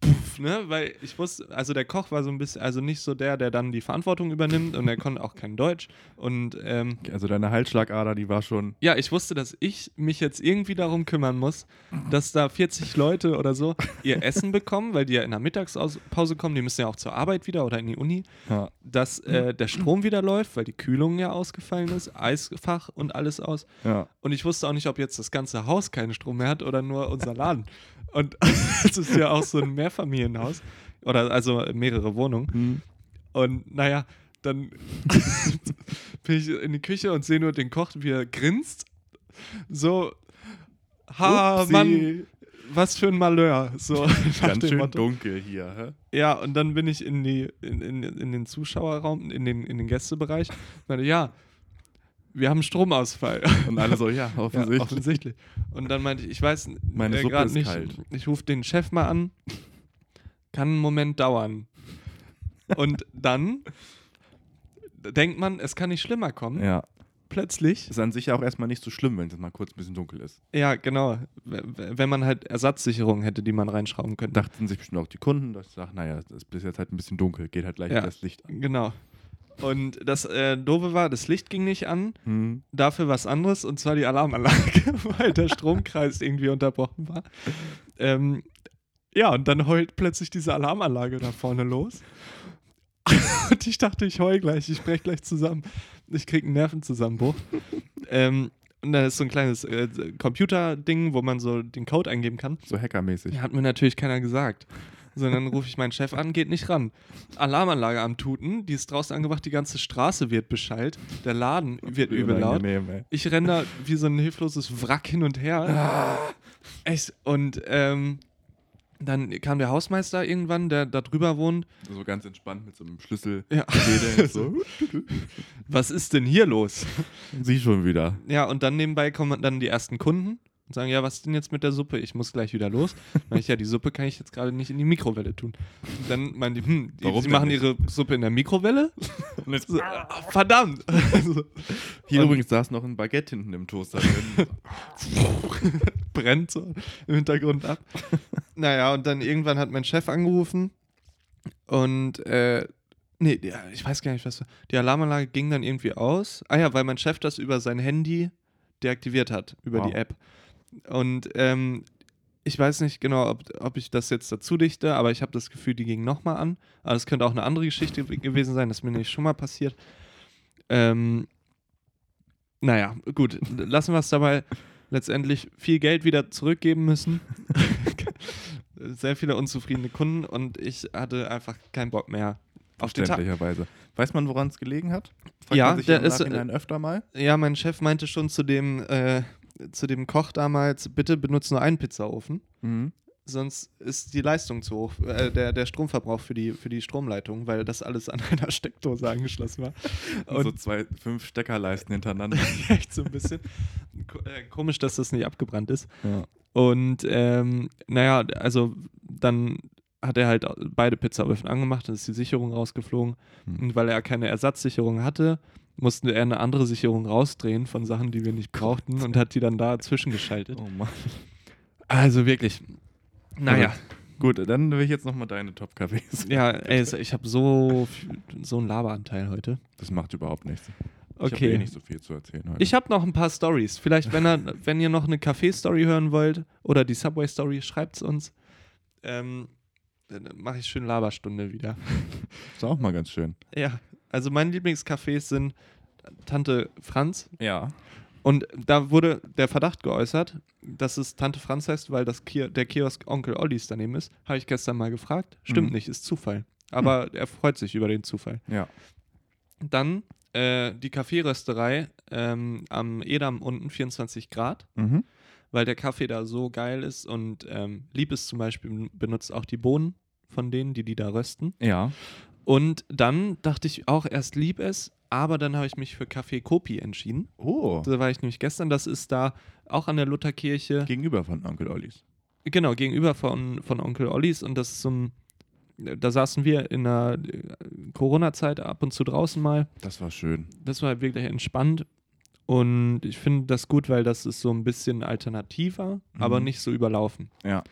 puff, ne? Weil ich wusste, also der Koch war so ein bisschen, also nicht so der, der dann die Verantwortung übernimmt und er konnte auch kein Deutsch. Und ähm, Also deine Halsschlagader, die war schon. ja, ich wusste, dass ich mich jetzt irgendwie darum kümmern muss, dass da 40 Leute oder so ihr Essen bekommen, weil die ja in der Mittagspause kommen, die müssen ja auch zur Arbeit wieder oder in die Uni Ja. dass äh, der Strom wieder läuft, weil die Kühlung ja ausgefallen ist, Eisfach und alles aus. Ja. Und ich wusste auch nicht, ob jetzt das ganze Haus keinen Strom mehr hat oder nur unser Laden. Und es ist ja auch so ein Mehrfamilienhaus oder also mehrere Wohnungen. Mhm. Und naja, dann bin ich in die Küche und sehe nur den Koch, wie er grinst. So, ha, Upsi. Mann, was für ein Malheur. So, nach Ganz dem schön Motto. dunkel hier. Hä? Ja, und dann bin ich in, die, in, in, in den Zuschauerraum, in den, in den Gästebereich. Und meinte, ja, wir haben Stromausfall. Und alle so, ja, offensichtlich. Ja, offensichtlich. Und dann meinte ich, ich weiß n- Meine Suppe grad ist kalt. ich rufe den Chef mal an. Kann einen Moment dauern. Und dann denkt man, es kann nicht schlimmer kommen. Ja. Plötzlich Ist an sich ja auch erstmal nicht so schlimm, wenn es mal kurz ein bisschen dunkel ist. Ja, genau. W- w- Wenn man halt Ersatzsicherungen hätte, die man reinschrauben könnte. Dachten sich bestimmt auch die Kunden, dass ich sage, naja, es ist bis jetzt halt ein bisschen dunkel, geht halt gleich Ja. das Licht an. Genau. Und das äh, Doofe war, das Licht ging nicht an, Hm. dafür was anderes, und zwar die Alarmanlage, weil der Stromkreis irgendwie unterbrochen war. Ähm, ja, und dann heult plötzlich diese Alarmanlage da vorne los. und ich dachte, ich heul gleich, ich breche gleich zusammen. Ich krieg einen Nervenzusammenbruch. ähm, und dann ist so ein kleines äh, Computerding, wo man so den Code eingeben kann. So hackermäßig. Ja, hat mir natürlich keiner gesagt. Sondern rufe ich meinen Chef an, geht nicht ran. Alarmanlage am Tuten, die ist draußen angebracht, die ganze Straße wird beschallt, der Laden wird übel laut. Unangenehm, ey. Ich renne da wie so ein hilfloses Wrack hin und her. Ah. Echt, und ähm, dann kam der Hausmeister irgendwann, der da drüber wohnt. So ganz entspannt mit so einem Schlüssel. Ja. Fädeln, so. Was ist denn hier los? Sie schon wieder. Ja, und dann nebenbei kommen dann die ersten Kunden. und sagen, ja, was ist denn jetzt mit der Suppe? Ich muss gleich wieder los. Dann ich, ja, die Suppe kann ich jetzt gerade nicht in die Mikrowelle tun. Und dann meinen die, hm, die, Warum sie denn machen nicht? ihre Suppe in der Mikrowelle? Und jetzt so, ah, verdammt. Also, Hier Und- übrigens saß noch ein Baguette hinten im Toaster drin. brennt so im Hintergrund ab. naja, und dann irgendwann hat mein Chef angerufen und äh, nee, die- ich weiß gar nicht, was war. Die Alarmanlage ging dann irgendwie aus. Ah ja, weil mein Chef das über sein Handy deaktiviert hat, über Wow. die App. Und ähm, ich weiß nicht genau, ob, ob ich das jetzt dazu dichte, aber ich habe das Gefühl, die ging nochmal an. Aber es könnte auch eine andere Geschichte w- gewesen sein, das ist mir nämlich schon mal passiert. Ähm, naja, gut, lassen wir es dabei. Letztendlich viel Geld wieder zurückgeben müssen. Sehr viele unzufriedene Kunden und ich hatte einfach keinen Bock mehr auf den Tag. Verständlicherweise. Weiß man, woran es gelegen hat? Ja, man sich der im ist, äh, Nachhinein öfter mal. Ja, mein Chef meinte schon zu dem, äh, zu dem Koch damals, bitte benutzt nur einen Pizzaofen, Mhm. sonst ist die Leistung zu hoch, äh, der, der Stromverbrauch für die, für die Stromleitung, weil das alles an einer Steckdose angeschlossen war. Und so Und zwei, fünf Steckerleisten hintereinander. echt so ein bisschen ko- äh, komisch, dass das nicht abgebrannt ist. ja. Und ähm, naja, also dann hat er halt beide Pizzaöfen angemacht, dann ist die Sicherung rausgeflogen. Hm. Und weil er keine Ersatzsicherung hatte, musste er eine andere Sicherung rausdrehen von Sachen, die wir nicht brauchten und hat die dann da zwischengeschaltet. Oh Mann. Also wirklich. Naja, Gut, dann will ich jetzt nochmal deine Top-Cafés. ja, ey, es- ich habe so, viel- so einen Laberanteil heute. Das macht überhaupt nichts. Ich habe eh Okay. nicht so viel zu erzählen heute. Ich habe noch ein paar Stories. Vielleicht, wenn, er, wenn ihr noch eine Café-Story hören wollt oder die Subway-Story, schreibt's uns. Ähm, dann mache ich schön Laberstunde wieder. ist auch mal ganz schön. Ja, also meine Lieblingscafés sind Tante Franz. Ja. Und da wurde der Verdacht geäußert, dass es Tante Franz heißt, weil das Ki der Kiosk Onkel Ollis daneben ist. Habe ich gestern mal gefragt. Mhm. Stimmt Hm. nicht, ist Zufall. Aber er freut sich über den Zufall. Ja. Dann äh, die Kaffeerösterei ähm, am Edam unten, 24 Grad, Mhm. weil der Kaffee da so geil ist. Und ähm, Liebes zum Beispiel benutzt auch die Bohnen von denen, die die da rösten. Ja. Und dann dachte ich auch erst lieb es, aber dann habe ich mich für Café Kopi entschieden. Oh. Da war ich nämlich gestern, das ist da auch an der Lutherkirche, Gegenüber von Onkel Ollis. genau, gegenüber von, von Onkel Ollis und das ist so ein, da saßen wir in der äh, Corona-Zeit ab und zu draußen mal. Das war schön. Das war halt wirklich entspannt und ich finde das gut, weil das ist so ein bisschen alternativer, aber Mhm. nicht so überlaufen. Ja.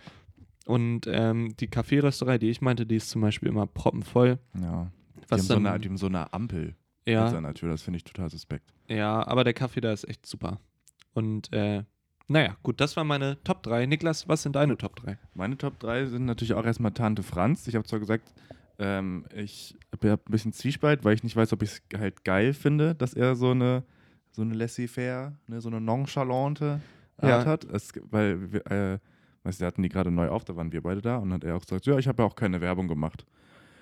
Und ähm, die Kaffeerösterei, die ich meinte, die ist zum Beispiel immer proppenvoll. Ja. Die Was haben, so dann- eine, die haben so eine Ampel ja. mit seiner Tür. Das finde ich total suspekt. Ja, aber der Kaffee da ist echt super. Und äh, naja, gut, das war meine Top 3. Niklas, was sind deine Top 3? Meine Top 3 sind natürlich auch erstmal Tante Franz. Ich habe zwar gesagt, ähm, ich habe ein bisschen Zwiespalt, weil ich nicht weiß, ob ich es halt geil finde, dass er so eine, so eine laissez-faire, ne, so eine nonchalante Art Ja. hat. Es, weil, wir, äh, weißt du, wir hatten die gerade neu auf, da waren wir beide da und hat er auch gesagt, ja, ich habe ja auch keine Werbung gemacht.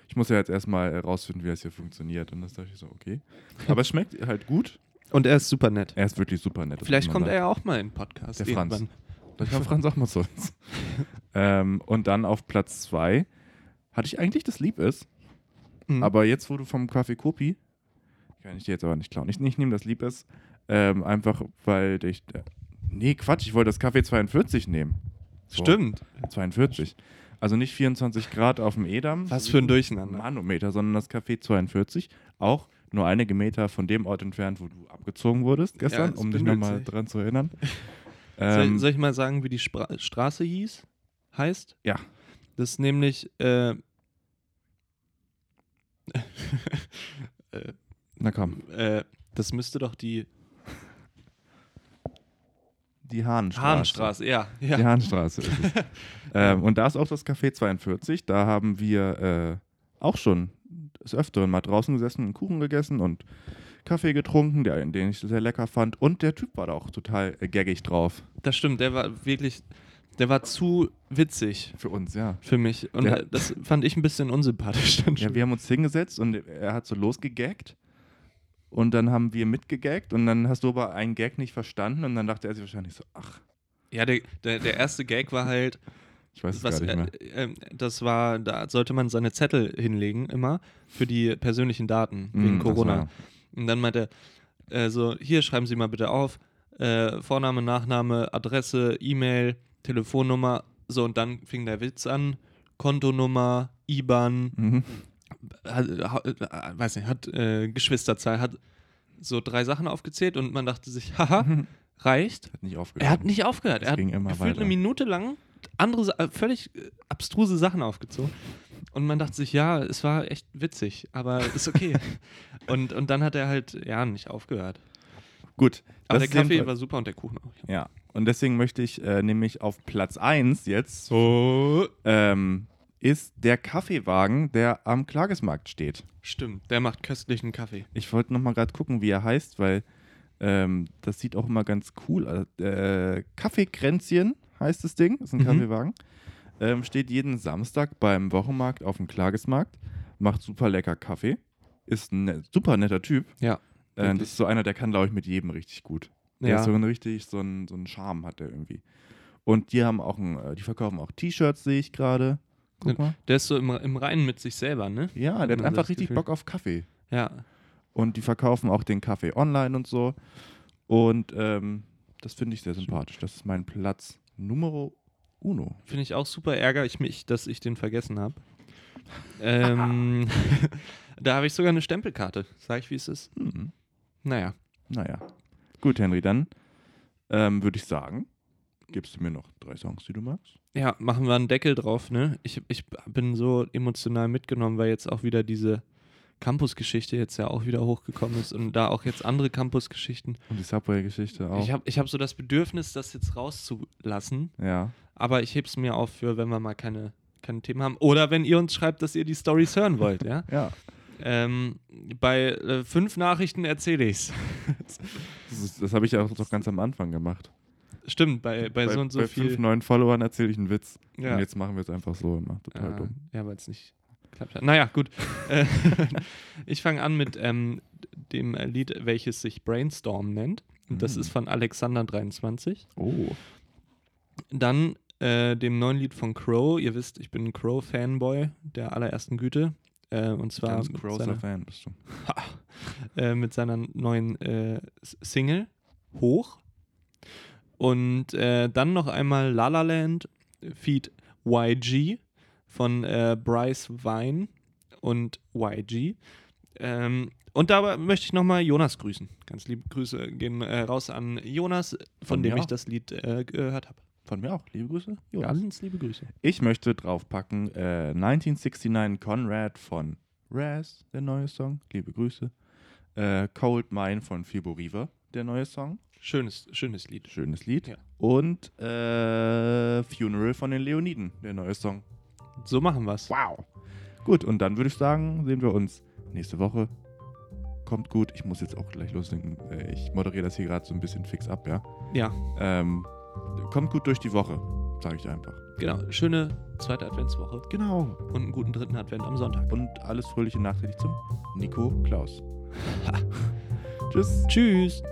Ich muss ja jetzt erstmal herausfinden, wie das hier funktioniert. Und das dachte ich so, okay. Aber es schmeckt halt gut. Und er ist super nett. Er ist wirklich super nett. das Vielleicht muss man kommt sagen. er ja auch mal in den Podcast. Der Franz. irgendwann. Vielleicht war Franz auch mal zu uns. ähm, und dann auf Platz 2 hatte ich eigentlich das Lieb ist, Mhm. aber jetzt, wo du vom Kaffee Kopi, kann ich dir jetzt aber nicht klauen. Ich, ich nehme das Lieb ist, ähm, einfach weil ich. Äh, nee, Quatsch, ich wollte das Kaffee 42 nehmen. So, Stimmt. 42. Also nicht 24 Grad auf dem Edam. Was für ein ne? Durcheinander. Manometer, sondern das Café 42. Auch nur einige Meter von dem Ort entfernt, wo du abgezogen wurdest gestern, es um dich bündelt nochmal sich. dran zu erinnern. soll, Ähm, soll ich mal sagen, wie die Spra Straße hieß? Heißt? Ja. Das ist nämlich. Äh, na komm. äh, das müsste doch die Die Hahnstraße. Hahnstraße, ja. Die ja. Hahnstraße ist es. ähm, und da ist auch das Café 42. Da haben wir äh, auch schon des Öfteren mal draußen gesessen und Kuchen gegessen und Kaffee getrunken, der, den ich sehr lecker fand. Und der Typ war da auch total äh, gaggig drauf. Das stimmt, der war wirklich. Der war zu witzig Für uns, ja. für mich. Und Der- das fand ich ein bisschen unsympathisch. dann Ja, schon. wir haben uns hingesetzt und er hat so losgegaggt. Und dann haben wir mitgegaggt und dann hast du aber einen Gag nicht verstanden und dann dachte er sich wahrscheinlich so, ach, ja der, der, der erste Gag war halt. ich weiß es Was, gar nicht äh, mehr. ähm, das war, da sollte man seine Zettel hinlegen immer für die persönlichen Daten wegen Mm, das Corona. war- Und dann meinte er, äh, so, hier schreiben Sie mal bitte auf, äh, Vorname, Nachname, Adresse, E-Mail, Telefonnummer, so und dann fing der Witz an, Kontonummer, IBAN, Mhm. hat, ha- äh, weiß nicht, hat äh, Geschwisterzahl, hat so drei Sachen aufgezählt und man dachte sich, haha, reicht. Hat nicht aufgehört. Er hat nicht aufgehört. Es Er hat ging immer gefühlt weiter. eine Minute lang andere, Sa- äh, völlig äh, abstruse Sachen aufgezogen. Und man dachte sich, ja, es war echt witzig, aber ist okay. und, und dann hat er halt, ja, nicht aufgehört. Gut. Aber das ist der Kaffee jedenfalls- war super und der Kuchen auch. Ja. Und deswegen möchte ich äh, nämlich auf Platz 1 jetzt So. ähm, ist der Kaffeewagen, der am Klagesmarkt steht. Stimmt, der macht köstlichen Kaffee. Ich wollte nochmal gerade gucken, wie er heißt, weil ähm, das sieht auch immer ganz cool aus. Äh, Kaffeekränzchen heißt das Ding, ist ein Mhm. Kaffeewagen. Ähm, steht jeden Samstag beim Wochenmarkt auf dem Klagesmarkt, macht super lecker Kaffee, ist ein ne- super netter Typ. Ja, Äh, wirklich. das ist so einer, der kann, glaube ich, mit jedem richtig gut. Der Ja. ist so ein richtig, so ein, so ein Charme hat der irgendwie. Und die haben auch ein, äh, die verkaufen auch T-Shirts, sehe ich gerade. Guck mal. Der ist so im, im Reinen mit sich selber, ne? Ja, der hat man so einfach das richtig Gefühl. Bock auf Kaffee. Ja. Und die verkaufen auch den Kaffee online und so. Und ähm, das finde ich sehr sympathisch. Das ist mein Platz Numero uno. Finde ich auch super ärgerlich mich, dass ich den vergessen habe. ähm, da habe ich sogar eine Stempelkarte. Sag ich, wie es ist? Hm. Naja. Naja. Gut, Henry, dann ähm, würde ich sagen, gibst du mir noch drei Songs, die du magst? Ja, machen wir einen Deckel drauf, ne? Ich, ich bin so emotional mitgenommen, weil jetzt auch wieder diese Campus-Geschichte jetzt ja auch wieder hochgekommen ist und da auch jetzt andere Campus-Geschichten. Und die Subway-Geschichte auch. Ich habe ich hab so das Bedürfnis, das jetzt rauszulassen, ja. aber ich heb's mir auf für, wenn wir mal keine, keine Themen haben. Oder wenn ihr uns schreibt, dass ihr die Stories hören wollt, ja? Ja. Ähm, bei äh, fünf Nachrichten erzähle ich's. Das, ist- das habe ich ja auch doch ganz am Anfang gemacht. Stimmt, bei, bei, so und so bei viel. fünf neuen Followern erzähle ich einen Witz. Ja. Und jetzt machen wir es einfach so immer. Total Ah, dumm. Ja, weil es nicht geklappt hat. Naja, gut. Äh, ich fange an mit ähm, dem Lied, welches sich Brainstorm nennt. Und Das Mhm. ist von Alexander23. Oh. Dann äh, dem neuen Lied von Crow. Ihr wisst, ich bin ein Crow-Fanboy der allerersten Güte. Äh, und zwar Ganz mit großer seiner, Fan bist du. äh, mit seiner neuen äh, S- Single Hoch. Und äh, dann noch einmal La La Land Feed YG von äh, Bryce Vine und YG. Ähm, und dabei möchte ich nochmal Jonas grüßen. Ganz liebe Grüße gehen äh, raus an Jonas, von Von dem mir ich auch. das Lied äh, gehört habe. Von mir auch. Liebe Grüße. Jonas. Ganz liebe Grüße. Ich möchte draufpacken äh, 1969 Conrad von Raz, der neue Song. Liebe Grüße. Äh, Cold Mine von Fibo Riva, der neue Song. Schönes, schönes Lied. Schönes Lied. Ja. Und äh, Funeral von den Leoniden, der neue Song. So machen wir's. Wow. Gut, und dann würde ich sagen, sehen wir uns nächste Woche. Kommt gut. Ich muss jetzt auch gleich loslegen. Äh, Ich moderiere das hier gerade so ein bisschen fix ab, ja. Ja, Ähm, kommt gut durch die Woche, sage ich einfach. genau. Schöne zweite Adventswoche Genau. und einen guten dritten Advent am Sonntag. und alles Fröhliche nachträglich zum Nico Klaus. Tschüss. Tschüss.